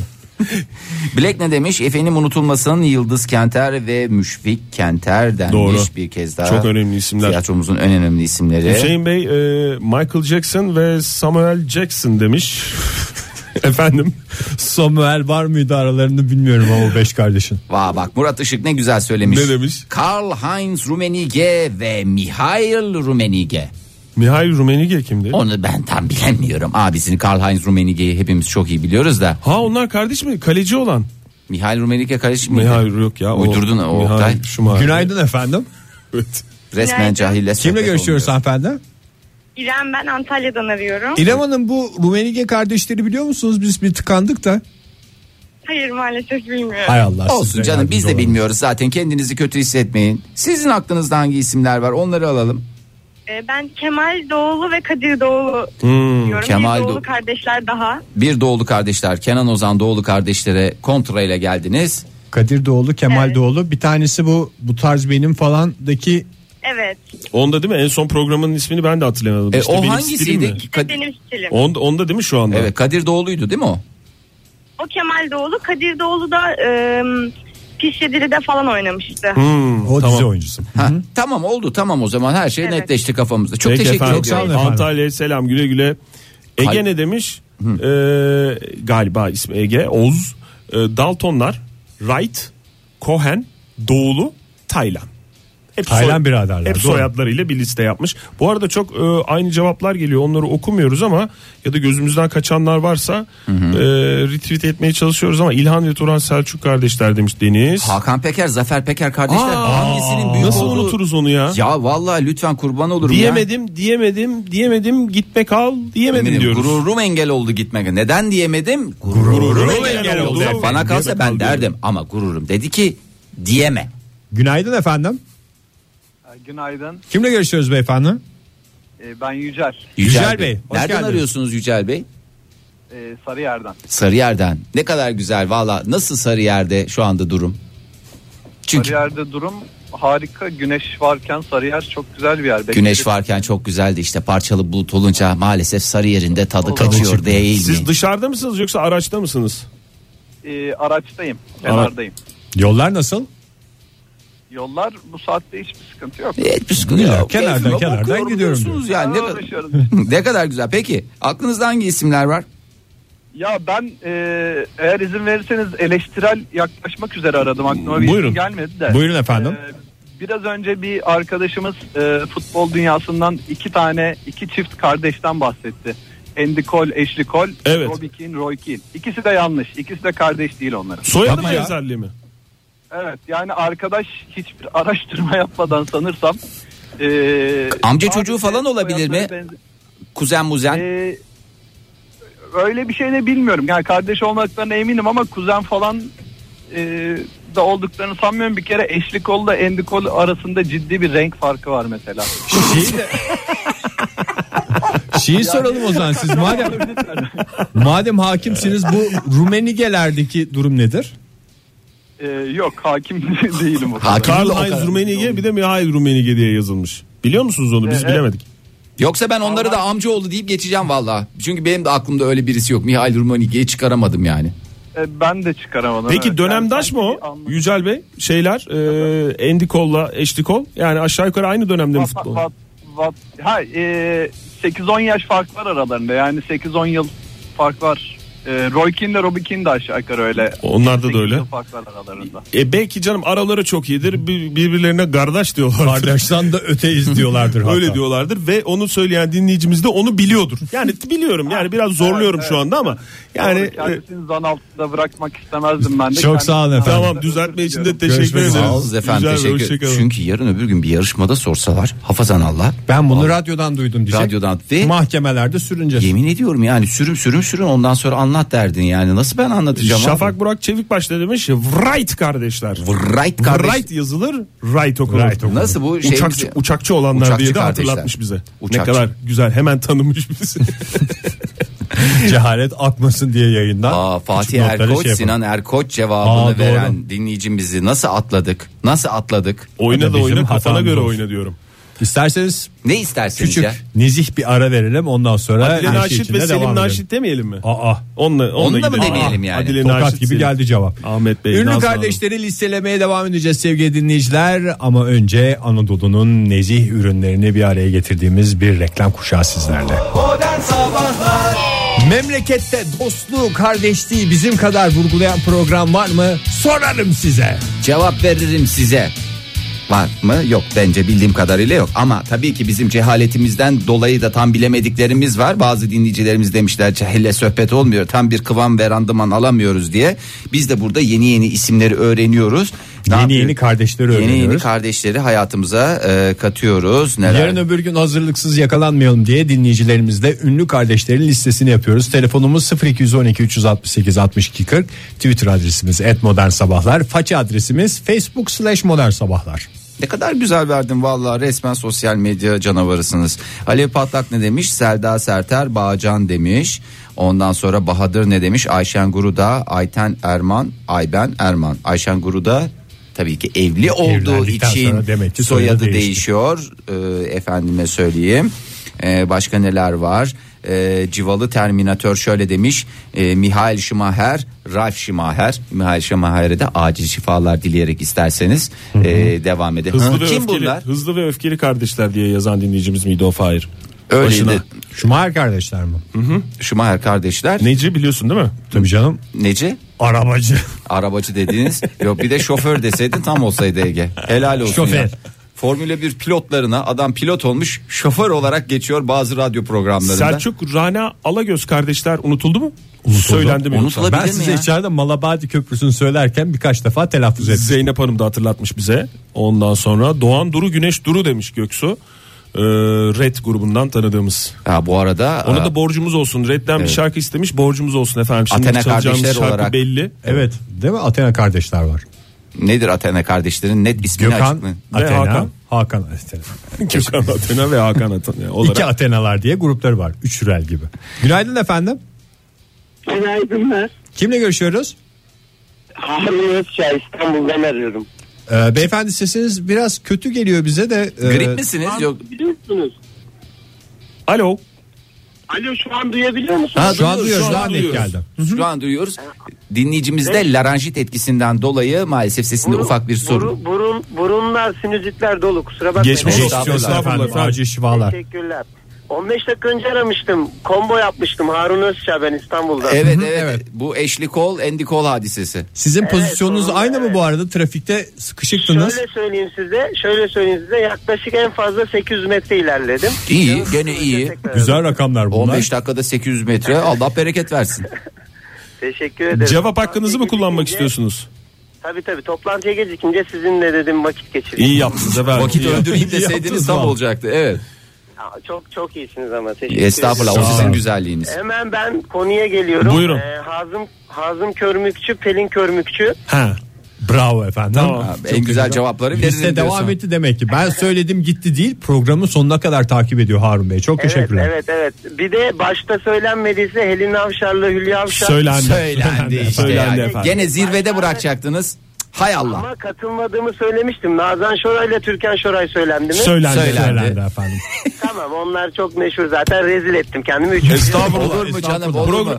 D: Black ne demiş? Efendim unutulmasın Yıldız Kenter ve Müşfik Kenter denmiş
E: Doğru.
D: bir kez daha.
E: Çok önemli isimler.
D: Tiyatromuzun en önemli isimleri.
E: Hüseyin Bey e, Michael Jackson ve Samuel Jackson demiş. (laughs) Efendim.
C: Samuel var mıydı aralarında bilmiyorum ama o beş
E: (laughs)
C: kardeşin.
D: Vaa bak Murat Işık ne güzel söylemiş.
E: Ne demiş?
D: Karl Heinz Rummenigge ve Mihail Rummenigge.
E: Mihail Rumenige kimdi?
D: Onu ben tam bilemiyorum. Abisini Karl Heinz Rummenigge'yi hepimiz çok iyi biliyoruz da.
E: Ha onlar kardeş mi? Kaleci olan.
D: Mihail Rummenigge kardeş miydi?
E: Mihail yok ya.
D: Uydurdun ha, o Oktay.
E: Şumayer.
C: Günaydın efendim.
E: Evet.
D: Resmen
F: Günaydın.
D: cahille
C: Kimle
D: sohbet
C: görüşüyoruz
D: oluyor.
C: hanımefendi?
F: İrem ben Antalya'dan arıyorum.
C: İrem Hanım bu Rumenige kardeşleri biliyor musunuz? Biz bir tıkandık da.
F: Hayır maalesef bilmiyorum.
C: Hay Allah.
D: Olsun
C: size
D: canım biz
C: yardımcı
D: de
C: olalım.
D: bilmiyoruz zaten kendinizi kötü hissetmeyin. Sizin aklınızda hangi isimler var onları alalım.
F: Ee, ben Kemal Doğulu ve Kadir Doğulu
E: Hmm,
F: diyorum.
D: Kemal
F: Bir Doğulu
D: Doğ-
F: kardeşler daha.
D: Bir Doğulu kardeşler Kenan Ozan Doğulu kardeşlere kontra ile geldiniz.
C: Kadir Doğulu, Kemal
F: Evet.
C: Doğulu. Bir tanesi bu bu tarz benim falandaki
F: Evet.
E: Onda değil mi? En son programın ismini ben de hatırlayamadım.
D: E,
E: İşte
D: o
E: benim stilim mi?
D: hangisiydi? Kad-
F: e, Benim stilim.
E: Onda, onda değil mi şu anda?
D: evet Kadir Doğulu'ydu değil mi o?
F: O Kemal Doğulu. Kadir Doğulu da e, Piş Yedili'de falan oynamıştı.
E: Hmm,
C: o
E: tamam.
C: dizi oyuncusu.
D: Ha, tamam oldu tamam o zaman her şey
F: Evet.
D: netleşti kafamızda. Çok
E: Peki
D: teşekkür
E: efendim.
D: ediyorum.
C: efendim.
E: Antalya'ya selam güle güle. Ege
D: Kal-
E: ne demiş? Ee, galiba ismi Ege. Oz. Ee, Daltonlar. Wright. Cohen. Doğulu. Taylan. Hep
C: Taylan biraderler,
E: Hep
C: doğru.
E: soyadlarıyla bir liste yapmış. Bu arada çok e, aynı cevaplar geliyor. Onları okumuyoruz ama ya da gözümüzden kaçanlar varsa e, retweet etmeye çalışıyoruz ama İlhan ve Turan Selçuk kardeşler demiş Deniz.
D: Hakan Peker, Zafer Peker kardeşler hangisinin büyük
E: Nasıl
D: olduğu-
E: unuturuz onu ya?
D: Ya vallahi lütfen kurban olurum ya.
E: Diyemedim, diyemedim, diyemedim, gitme kal, diyemedim
D: Eminim,
E: diyoruz.
D: Gururum engel oldu gitmek. Neden diyemedim?
E: Gururum engel oldu.
D: Bana
E: Gitme
D: kalsa
E: kal
D: ben
E: diyorum.
D: derdim ama gururum dedi ki diyeme.
C: Günaydın efendim.
L: Ee, Günaydın.
C: Kimle görüşüyoruz beyefendi?
L: Ee, Ben Yücel.
C: Yücel Bey, hoş
D: Nereden
C: geldiniz.
D: arıyorsunuz Yücel Bey?
L: Ee, Sarıyer'den.
D: Sarıyer'den. Ne kadar güzel valla. Nasıl Sarıyer'de şu anda durum? Çünkü
L: Sarıyer'de durum harika. Güneş varken Sarıyer çok güzel bir yer.
D: güneş varken çok güzeldi işte parçalı bulut olunca maalesef Sarıyer'in de tadı kaçıyor değil mi?
E: Siz dışarıda mısınız yoksa araçta mısınız?
L: Ee, araçtayım. Kenardayım.
C: Yollar nasıl?
L: Yollar bu saatte hiçbir sıkıntı yok.
D: Evet, bir sıkıntı
C: Güzel,
D: yok.
C: kenardan,
D: Keyfime
C: kenardan
D: bakıyorum
C: gidiyorum
D: diyorsunuz yani. Ne,
L: Aa,
D: kadar-
L: uğraşıyoruz.
D: (laughs) ne kadar güzel. Peki aklınızda hangi isimler var?
L: ya ben e, eğer izin verirseniz eleştirel yaklaşmak üzere aradım. Aklıma bir
C: Buyurun.
L: isim gelmedi de.
C: Buyurun efendim.
L: Ee, biraz önce bir arkadaşımız e, futbol dünyasından iki tane iki çift kardeşten bahsetti. Andy Cole, Ashley Cole,
E: Evet.
L: Robbie Keane, Roy Keane. İkisi de yanlış. İkisi de kardeş değil onların.
E: Soyadı
C: Yapma
E: mı
C: ya.
E: özelliği mi?
L: Evet yani arkadaş hiçbir araştırma yapmadan sanırsam. e,
D: Amca
L: sadece
D: çocuğu falan olabilir mi?
L: soyadları benze-
D: Kuzen muzen.
K: Ee,
L: E, öyle bir şey de bilmiyorum. Yani kardeş olmaklarına eminim ama kuzen falan e, da olduklarını sanmıyorum. Bir kere eşli kolla endi kol arasında ciddi bir renk farkı var mesela.
C: Şeyi de... Şeyi soralım o zaman siz madem madem hakimsiniz bu Rumenigelerdeki durum nedir?
L: E, Ee, yok hakim (laughs) değilim o kadar.
E: Karl Heinz Rummenigge bir de Mihail Rummenigge diye yazılmış. Biliyor musunuz onu? Biz
L: Evet.
E: bilemedik.
D: Yoksa ben onları da amcaoğlu deyip geçeceğim valla. Çünkü benim de aklımda öyle birisi yok. Mihail Rumenigge'yi çıkaramadım yani.
L: Ee, ben de çıkaramadım.
E: Peki
L: evet.
E: dönemdaş mı o? Yücel Bey şeyler e, Andy Cole'la eşli Cole yani aşağı yukarı aynı dönemde mi
L: Vat-
E: futbol?
L: vat- vat- ha, e, 8-10 yaş fark var aralarında yani 8-10 yıl fark var. E, Roy Keane de Robbie Keane de aşağı yukarı öyle.
E: Onlarda da
L: 8 yıl
E: öyle.
L: Fark var aralarında.
E: E belki canım araları çok iyidir. Bir- Birbirlerine kardeş diyorlardır.
C: Kardeşten de öteyiz diyorlardır hatta.
E: (laughs) Öyle diyorlardır ve onu söyleyen dinleyicimiz de onu biliyordur. Yani biliyorum yani biraz zorluyorum şu anda ama yani
L: Yani
E: e,
L: kendisini zan altında bırakmak istemezdim ben de.
C: Çok sağ olun efendim.
E: tamam düzeltme için de
C: Görüşmek
E: teşekkür ederiz.
C: üzere.
D: Sağ olun efendim
E: Yücel Bey,
D: teşekkür
E: hoşçakalın.
D: Çünkü yarın öbür gün bir yarışmada sorsalar hafazan Allah
C: Ben bunu radyodan duydum diyecek.
D: radyodan ve
C: Mahkemelerde sürünce.
D: yemin ediyorum yani sürüm sürüm sürüm ondan sonra anlat derdin yani. Nasıl ben anlatacağım abi?
E: Şafak Burak Çevikbaş da demiş Wright kardeşler.
D: Wright kardeş.
E: Wright yazılır, right okunur.
D: Nasıl bu şey
E: uçakçı,
D: bizi-
E: uçakçı olanlar
D: Uçakçı
E: diye de
D: kardeşler.
E: hatırlatmış bize.
D: Uçakçı.
E: Ne kadar güzel hemen tanımış bizi.
C: (laughs) Cehalet atmasın diye yayından.
D: Aa,
C: Küçük
D: Fatih
C: notları şey
D: Erkoç,
C: yapalım.
D: Sinan Erkoç cevabını
C: Aa, doğru.
D: veren dinleyicimizi nasıl atladık? Nasıl atladık?
E: (laughs) oyna da
C: Bizim
E: oyna kafana
C: hatamız
E: göre
C: olsun.
E: oyna diyorum.
C: İsterseniz
D: Ne isterseniz
C: küçük
D: ya.
C: nezih bir ara verelim ondan sonra
E: Adile
C: her şey
E: Naşit
C: içinde
E: ve Selim
C: devam
E: Naşit demeyelim mi?
C: edelim. Aa,
E: Onunla, onunla
D: Onu da mı
E: gidelim. Ah,
D: demeyelim yani?
E: Adile
C: tokat
E: Naşit,
C: gibi
E: Selim.
C: geldi cevap.
E: Ahmet Bey,
C: Ünlü
E: Nazlı Hanım.
C: kardeşleri listelemeye devam edeceğiz sevgili dinleyiciler ama önce Anadolu'nun nezih ürünlerini bir araya getirdiğimiz bir reklam kuşağı sizlerle.
B: Modern Sabahlar
C: Memlekette dostluğu, kardeşliği bizim kadar vurgulayan program var mı? Sorarım size.
D: Cevap veririm size. Var mı? Yok bence bildiğim kadarıyla yok. Ama tabii ki bizim cehaletimizden dolayı da tam bilemediklerimiz var. Bazı dinleyicilerimiz demişler cehille sohbet olmuyor. Tam bir kıvam ve randıman alamıyoruz diye. Biz de burada yeni yeni isimleri öğreniyoruz. Ne
C: Yeni
D: yapıyoruz?
C: yeni kardeşleri
D: Yeni yeni
C: öğreniyoruz.
D: kardeşleri hayatımıza e, katıyoruz. Neler?
C: Yarın öbür gün hazırlıksız yakalanmayalım diye dinleyicilerimizle ünlü kardeşlerin listesini yapıyoruz. Telefonumuz 0212 368 62 40. Twitter adresimiz @modernsabahlar. Faça adresimiz facebook slash modernsabahlar.
D: Ne kadar güzel verdin vallahi resmen sosyal medya canavarısınız. Alev Patlak ne demiş? Selda Serter Bağcan demiş. Ondan sonra Bahadır ne demiş? Ayşen Guruda, Ayten Erman, Ayben Erman. Ayşen Guruda tabii ki evli olduğu
C: Evlendikten
D: için
C: sonra demek ki soyadı
D: soyadı
C: değişti.
D: değişiyor. Ee, efendime söyleyeyim. Ee, başka neler var? Ee, civalı Terminator şöyle demiş. Ee, Mihail Schumacher, Ralf Schumacher. Mihail Schumacher'e de acil şifalar dileyerek isterseniz ee, devam edelim.
E: Hızlı
D: Ha,
E: ve
D: Kim
E: öfkeli,
D: bunlar?
E: Hızlı ve öfkeli kardeşler diye yazan dinleyicimiz miydi o Fahir?
D: Öyleydi.
E: Başına.
C: Şumayer kardeşler mi?
D: Schumacher kardeşler.
E: Neci biliyorsun değil mi?
C: Tabii canım.
D: Neci?
C: Arabacı.
D: Arabacı dediğiniz. Yok bir de şoför deseydin tam olsaydı Ege. Helal olsun
C: Şoför.
D: ya. Formüle 1 pilotlarına adam pilot olmuş şoför olarak geçiyor bazı radyo programlarında.
E: Selçuk Rana Alagöz kardeşler unutuldu mu? Söylendi mi?
D: Unutulabilir
E: Ben
C: Ben
D: mi
E: size-
C: size
D: ya?
C: içeride Malabadi Köprüsü'nü söylerken birkaç defa telaffuz ettim.
E: Zeynep Hanım da hatırlatmış bize. Ondan sonra Doğan Duru Güneş Duru demiş Göksu. Ee, Red grubundan tanıdığımız.
D: Ha, bu arada
E: Ona
D: e,
E: da borcumuz olsun. Red'den bir şarkı istemiş. Borcumuz olsun efendim. Şimdi
D: Athena
E: çalacağımız
D: kardeşler
E: şarkı
D: olarak. (laughs)
E: belli.
C: Evet değil mi? Athena kardeşler var.
D: nedir Athena kardeşlerin net ismini
C: Gökhan,
D: açıklayın.
C: Athena,
E: Hakan.
C: Hakan. Hakan Athena.
E: Gökhan Athena ve Hakan Athena olarak.
C: İki Athenalar diye grupları var. Üçürel gibi. Günaydın efendim.
K: Günaydınlar.
C: Kimle görüşüyoruz?
K: Harun Özçay İstanbul'dan arıyorum.
C: Ee, beyefendi sesiniz biraz kötü geliyor bize de. e,
D: Grip misiniz? Yok.
K: Biliyor musunuz?
E: Alo.
K: Alo şu an duyabiliyor musunuz?
D: Ha,
C: Şu an
D: duyuyoruz,
C: duyuyoruz.
D: şu an
C: Daha net
E: duyuyoruz.
C: geldi.
D: Şu an duyuyoruz. Dinleyicimizde laranjit etkisinden dolayı maalesef sesinde
K: Burun-
D: ufak bir sorun.
K: burun- burun, burunlar, sinüzitler dolu kusura bakmayın.
E: Geçmiş
D: Evet,
E: olsun.
D: estağfurullah
E: Estağfurullah.
C: efendim. Acil şifalar.
K: Teşekkürler. 15 dakika önce aramıştım. Combo yapmıştım. Harun Özçay ben İstanbul'dan.
D: Evet,
C: Hı hı,
D: evet
C: evet.
D: Bu eşli kol, endi kol hadisesi.
C: Sizin pozisyonunuz
K: sorun-
C: aynı mı
K: evet.
C: bu arada? Trafikte sıkışıktınız.
K: e, Şöyle söyleyeyim size, şöyle söyleyeyim size yaklaşık en fazla 800 metre ilerledim.
D: İyi, gene iyi.
K: Tekrar-
C: Güzel rakamlar bunlar.
D: 15 dakikada 800 metre. Allah bereket versin.
K: Teşekkür ederim.
E: Cevap hakkınızı mı
K: Toplantıya
E: kullanmak
K: gecikince-
E: istiyorsunuz?
K: Tabii tabii toplantıya gecikince sizinle dedim vakit geçireyim.
E: İyi yaptınız efendim.
D: Vakit
E: İyi yaptınız.
D: öldüreyim deseydiniz
C: Yaptınız
D: tam
C: vallahi.
D: olacaktı. Evet.
K: Aa, Çok çok iyisiniz ama teşekkür ederim.
D: Estağfurullah. O
C: Sağ
D: sizin
C: olun.
D: güzelliğiniz.
K: Hemen ben konuya geliyorum.
E: Buyurun.
K: Ee, Hazım Hazım Körmükçü, Pelin Körmükçü.
E: Ha.
C: Bravo efendim.
D: Ha, en güzel cevapları
C: Liste
D: veririm
C: devam
D: diyorsun.
C: etti demek ki. Ben söyledim gitti değil. Programın sonuna kadar takip ediyor Harun Bey. Çok
K: Evet,
C: teşekkürler.
K: evet, evet. Bir de başta söylenmediyse Helin Avşar'la Hülya Avşar.
E: Söylendi.
D: Söylendi işte.
E: Söylendi
D: yani.
E: efendim.
D: Gene zirvede bırakacaktınız. Hay Allah.
K: Ama katılmadığımı söylemiştim. Nazan Şoray ile Türkan Şoray söylendi mi?
M: Söylendi, söylendi efendim.
K: tamam onlar çok meşhur zaten rezil ettim kendimi. Üçüncü-
E: Olur mu canım?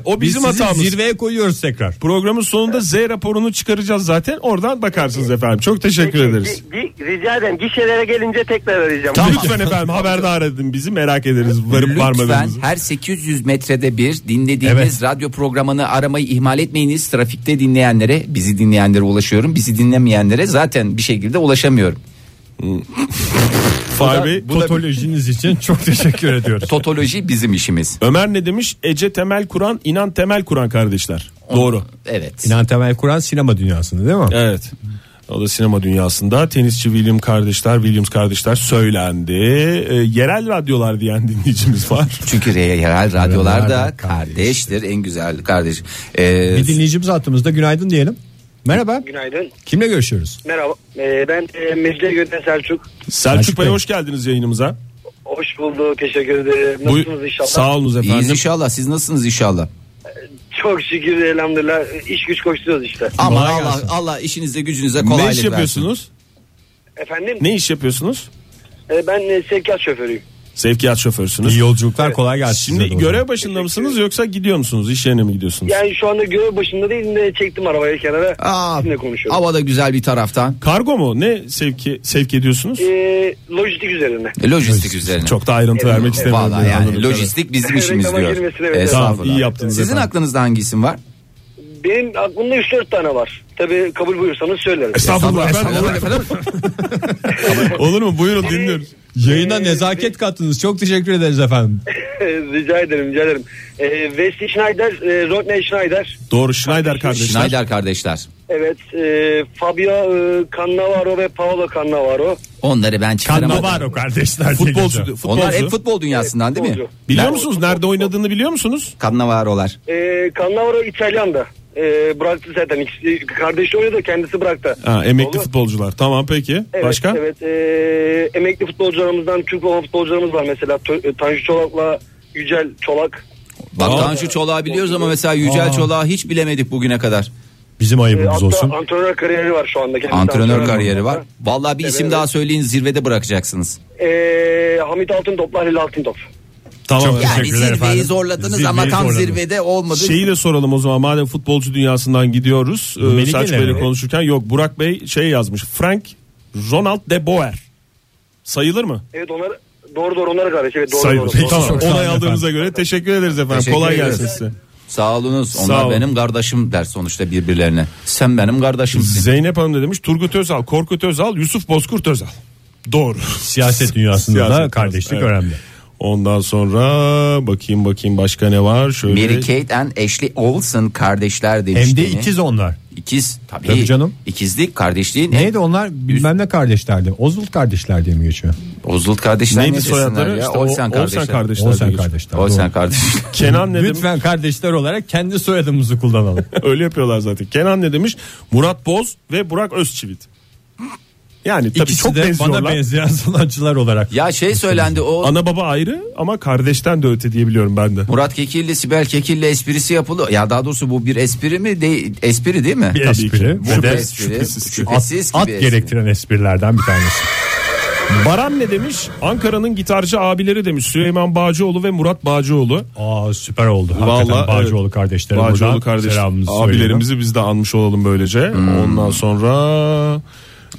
E: O bizim hatamız.
C: zirveye koyuyoruz tekrar.
E: Programın sonunda Z raporunu çıkaracağız zaten. Oradan bakarsınız efendim. Çok teşekkür ederiz.
K: Gi- Rica ederim gişelere gelince tekrar arayacağım.
E: Lütfen efendim haberdar edin bizi merak ederiz varıp
D: Lütfen
E: varmadığımızı.
D: her 800 metrede bir dinlediğiniz radyo programını aramayı ihmal etmeyiniz. Trafikte dinleyenlere, bizi dinleyenlere ulaşıyorum. Bizi dinlemeyenlere zaten bir şekilde ulaşamıyorum.
E: Fahri Bey,
C: totolojiniz için çok
D: (laughs)
C: teşekkür ediyoruz.
D: Totoloji bizim işimiz.
E: Ömer ne demiş? Ece temel kuran, inan temel kuran kardeşler. Doğru.
D: Evet.
C: İnan Temel Kur'an sinema dünyasında değil mi?
E: Evet. O da sinema dünyasında tenisçi William kardeşler, Williams kardeşler söylendi. Ee, yerel radyolar diyen dinleyicimiz var.
D: Çünkü re- yerel radyolar da kardeştir. En güzel kardeş. Ee,
C: Bir dinleyicimiz hattımızda günaydın diyelim. Merhaba.
N: Günaydın.
C: Kimle görüşüyoruz?
N: Merhaba. Ee, ben e, Mecidiyeköy'den Selçuk.
E: Selçuk Bey hoş geldiniz yayınımıza.
N: Hoş bulduk. Teşekkür ederim.
E: Bu-
N: Nasılsınız inşallah?
E: Sağ olunuz efendim.
D: İyiyiz inşallah. Siz nasılsınız inşallah?
N: Çok şükür elhamdülillah. İş güç koşturuyoruz işte.
D: Ama Allah, Allah işinize gücünüze kolaylık
E: ne iş yapıyorsunuz?
N: Efendim?
E: Ne iş yapıyorsunuz?
N: Ee, ben e, sevkiyat şoförüyüm.
E: Sevkiyat şoförsünüz.
C: İyi yolculuklar kolay gelsin.
E: Şimdi görev başında mısınız yoksa gidiyor musunuz? İş yerine mi gidiyorsunuz?
N: Yani şu anda görev başında değil de çektim arabayı kenara.
D: Aa,
N: Sizinle konuşuyorum.
D: Hava da güzel bir taraftan.
E: Kargo mu? Ne sevki sevk ediyorsunuz?
N: Ee, lojistik üzerine.
D: E, Lojistik, üzerine.
E: Çok da ayrıntı vermek istemiyorum.
D: E, Vallahi yani
E: Anladım.
D: lojistik bizim işimiz
N: Reklama
D: diyor.
N: girmesine evet.
D: Estağfurullah.
E: Tamam, iyi yaptınız
D: Sizin
E: efendim.
D: aklınızda hangi isim var?
N: Benim aklımda 3-4 tane var. Tabii kabul buyursanız söylerim. (laughs)
E: Estağfurullah Olur mu? Buyurun dinliyoruz.
C: Yayına nezaket kattınız. Çok teşekkür ederiz efendim.
N: rica ederim rica ederim. Ee, Wesley Schneider, e, Rodney Schneider.
E: Doğru Schneider kardeşler.
D: Schneider kardeşler.
N: Evet, e, Fabio e, Cannavaro ve Paolo Cannavaro.
D: Onları ben çıkaramadım.
C: Cannavaro kardeşler.
E: Futbolcu, futbolcu.
D: Onlar hep futbol dünyasından değil mi?
N: futbolcu.
E: Biliyor musunuz nerede oynadığını biliyor musunuz?
D: Cannavaro'lar.
N: E, Cannavaro İtalyan'da. E, bıraktı zaten. İkisi, kardeşi oynadı, kendisi bıraktı.
E: Ha, emekli
N: Oğlu-
E: futbolcular. Tamam peki.
N: Evet,
E: Başka?
N: Evet, e, emekli futbolcularımızdan Türk olan futbolcularımız var mesela. Tö- e, Tanju Çolak'la Yücel Çolak.
D: Bak Tanju Çolak'ı biliyoruz ama mesela Yücel Çolak'ı hiç bilemedik bugüne kadar.
C: Bizim
N: E, hatta antrenör kariyeri var şu anda. Kendisi
D: Antrenör
N: antrenör
D: kariyeri var.
N: olmakta.
D: Vallahi bir
N: Evet,
D: isim
N: evet.
D: daha söyleyin zirvede bırakacaksınız.
N: E, Hamit Altıntop'la Halil Altıntop.
E: Tamam.
D: Çok Yani teşekkürler zirveyi efendim. zorladınız ama tam zirvede olmadı.
E: Şeyi de soralım o zaman madem futbolcu dünyasından gidiyoruz.
C: Bu
E: Ee,
C: Melike'yle
E: Saç Bey'le
C: mi?
E: konuşurken yok Burak Bey şey yazmış. Frank Ronald de Boer. Sayılır mı?
N: Evet onlar doğru doğru onlara kardeş. Evet, doğru, doğru,
E: Peki,
N: doğru.
E: tamam.
N: Çok sağ olun
E: Onay aldığımıza göre teşekkür ederiz efendim.
D: Teşekkür
E: Kolay
D: ederiz.
E: gelsin size.
D: Sağ olunuz. Onlar
E: olun.
D: benim kardeşim der sonuçta birbirlerine. Sen benim kardeşimsin.
E: Zeynep Hanım ne demiş? Turgut Özal, Korkut Özal, Yusuf Bozkurt Özal. Doğru.
C: Siyaset dünyasında
E: Siyaset
C: da kardeşlik
E: dünyası, evet.
C: önemli.
E: Ondan sonra bakayım bakayım başka ne var? Şöyle
D: Mary Kate and Ashley Olsen kardeşler demiş.
C: Hem de
D: değil mi?
C: ikiz onlar.
D: İkiz tabii.
C: Tabii canım.
D: İkizlik kardeşliğin.
C: Neydi onlar? Bilmem ne kardeşlerdi. Ozul kardeşler diye mi geçiyor?
D: Ozult kardeşler
E: Neydi
D: ne desinler
E: soyadları?
D: ya?
E: İşte o-
D: Olsen
E: Olsen
D: kardeşler.
E: kardeşler
C: Olsen
E: diyorsun.
C: kardeşler.
D: Olsen
C: doğru.
D: kardeşler.
E: Kenan ne demiş?
C: Lütfen kardeşler olarak kendi soyadımızı kullanalım.
E: Öyle yapıyorlar zaten. Kenan ne demiş? Murat Boz ve Burak Özçivit. Yani tabii
C: İkisi
E: çok
C: de
E: benziyorlar.
C: bana benzeyen sanatçılar
D: (laughs)
C: olarak.
D: Ya şey söylendi o
E: Ana baba ayrı ama kardeşten de öte diye biliyorum ben de.
D: Murat Kekilli, Sibel Kekilli esprisi yapılıyor. Ya daha doğrusu bu bir espri mi? değil espri değil mi?
C: Bir
E: Tabii ki.
C: espri.
E: Şüphe-
C: Bu da
D: şüphesiz, şüphesiz. Şüphesiz
C: at,
D: gibi
C: at
D: espri.
C: gerektiren esprilerden bir tanesi.
E: Baran ne demiş? Ankara'nın gitarcı abileri demiş. Süleyman Bağcıoğlu ve Murat Bağcıoğlu.
C: Aa süper oldu. Hakikaten
E: Vallahi,
C: Bağcıoğlu
E: evet.
C: kardeşlerim
E: Bağcıoğlu
C: buradan
E: kardeş
C: selamımızı söyleyelim.
E: abilerimizi biz de anmış olalım böylece. Ondan sonra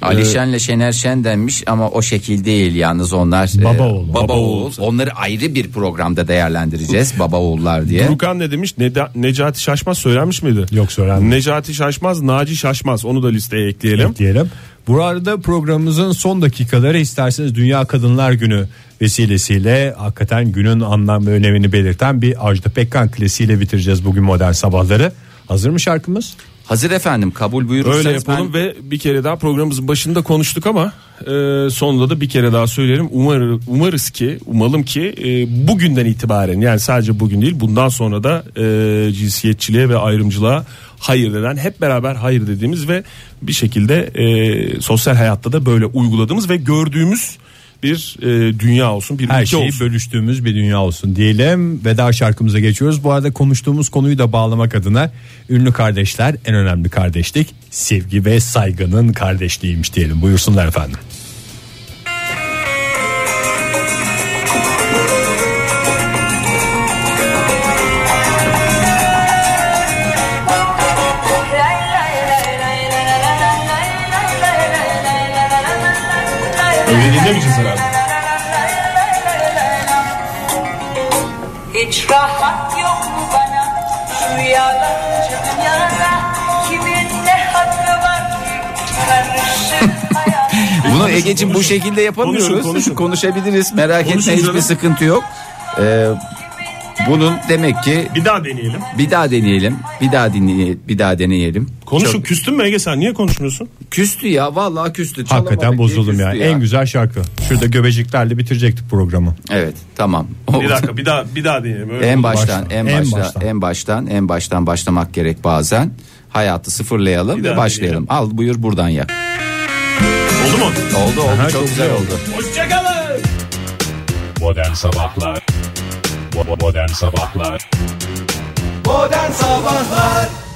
D: Ali
E: Ee,
D: Şen'le Şener Şen denmiş ama o şekil değil yalnız onlar. e,
C: Baba oğul.
D: Baba
E: Baba
D: oğul.
E: oğul.
D: Onları ayrı bir programda değerlendireceğiz. baba oğullar diye.
E: Durukan ne demiş? Neda- Necati Şaşmaz söylenmiş miydi?
C: Yok söylenmedi.
E: Necati Şaşmaz, Naci Şaşmaz. Onu da listeye ekleyelim.
C: diyelim. diyelim. Bu arada programımızın son dakikaları isterseniz Dünya Kadınlar Günü vesilesiyle hakikaten günün anlam ve önemini belirten bir Ajda Pekkan klasiğiyle bitireceğiz bugün modern sabahları. Hazır mı şarkımız?
D: Hazır efendim kabul buyurursanız
E: Öyle yapalım
D: ben
E: ve bir kere daha programımızın başında konuştuk ama e, sonunda da bir kere daha söyleyelim. Umarız, umarız ki, umalım ki e, bugünden itibaren yani sadece bugün değil bundan sonra da e, cinsiyetçiliğe ve ayrımcılığa hayır denen hep beraber hayır dediğimiz ve bir şekilde e, sosyal hayatta da böyle uyguladığımız ve gördüğümüz bir e, dünya olsun. Bir
C: Her
E: ülke
C: şeyi
E: olsun.
C: bölüştüğümüz bir dünya olsun diyelim. Veda şarkımıza geçiyoruz. Bu arada konuştuğumuz konuyu da bağlamak adına ünlü kardeşler en önemli kardeşlik sevgi ve saygının kardeşliğiymiş diyelim. Buyursunlar efendim.
E: Öyle dinlemeyeceğiz herhalde.
O: Hiç rahat yok mu bana şu yalancı dünyada kimin ne hakkı var ki karışık
D: Bunu Ege'cim bu şekilde yapamıyoruz.
O: Konuşun, konuşun.
D: Konuşabiliriz. Merak
O: Konuşun
D: etme hiçbir
O: canım.
D: sıkıntı yok. Ee, bunun demek ki
E: bir daha deneyelim.
D: Bir daha deneyelim. Bir daha dinleyelim. Bir daha deneyelim.
E: Konuşun
D: Çok-
E: küstün mü Ege sen niye konuşmuyorsun?
D: Küstü ya vallahi küstü.
C: Hakikaten bozuldum ya. En güzel şarkı. Şurada göbeciklerle bitirecektik programı.
D: Evet tamam.
E: Bir dakika bir daha bir daha deneyelim. Öyle
D: en
E: oldu.
D: baştan, en
E: En
D: baştan, en baştan, en baştan başlamak gerek bazen. Hayatı sıfırlayalım
E: Bir
D: ve
E: daha
D: başlayalım. Al buyur buradan yak.
E: Oldu mu?
D: Oldu oldu çok, güzel oldu.
E: Hoşçakalın.
A: Modern Sabahlar Bo- bo- Modern Sabahlar
B: Modern Sabahlar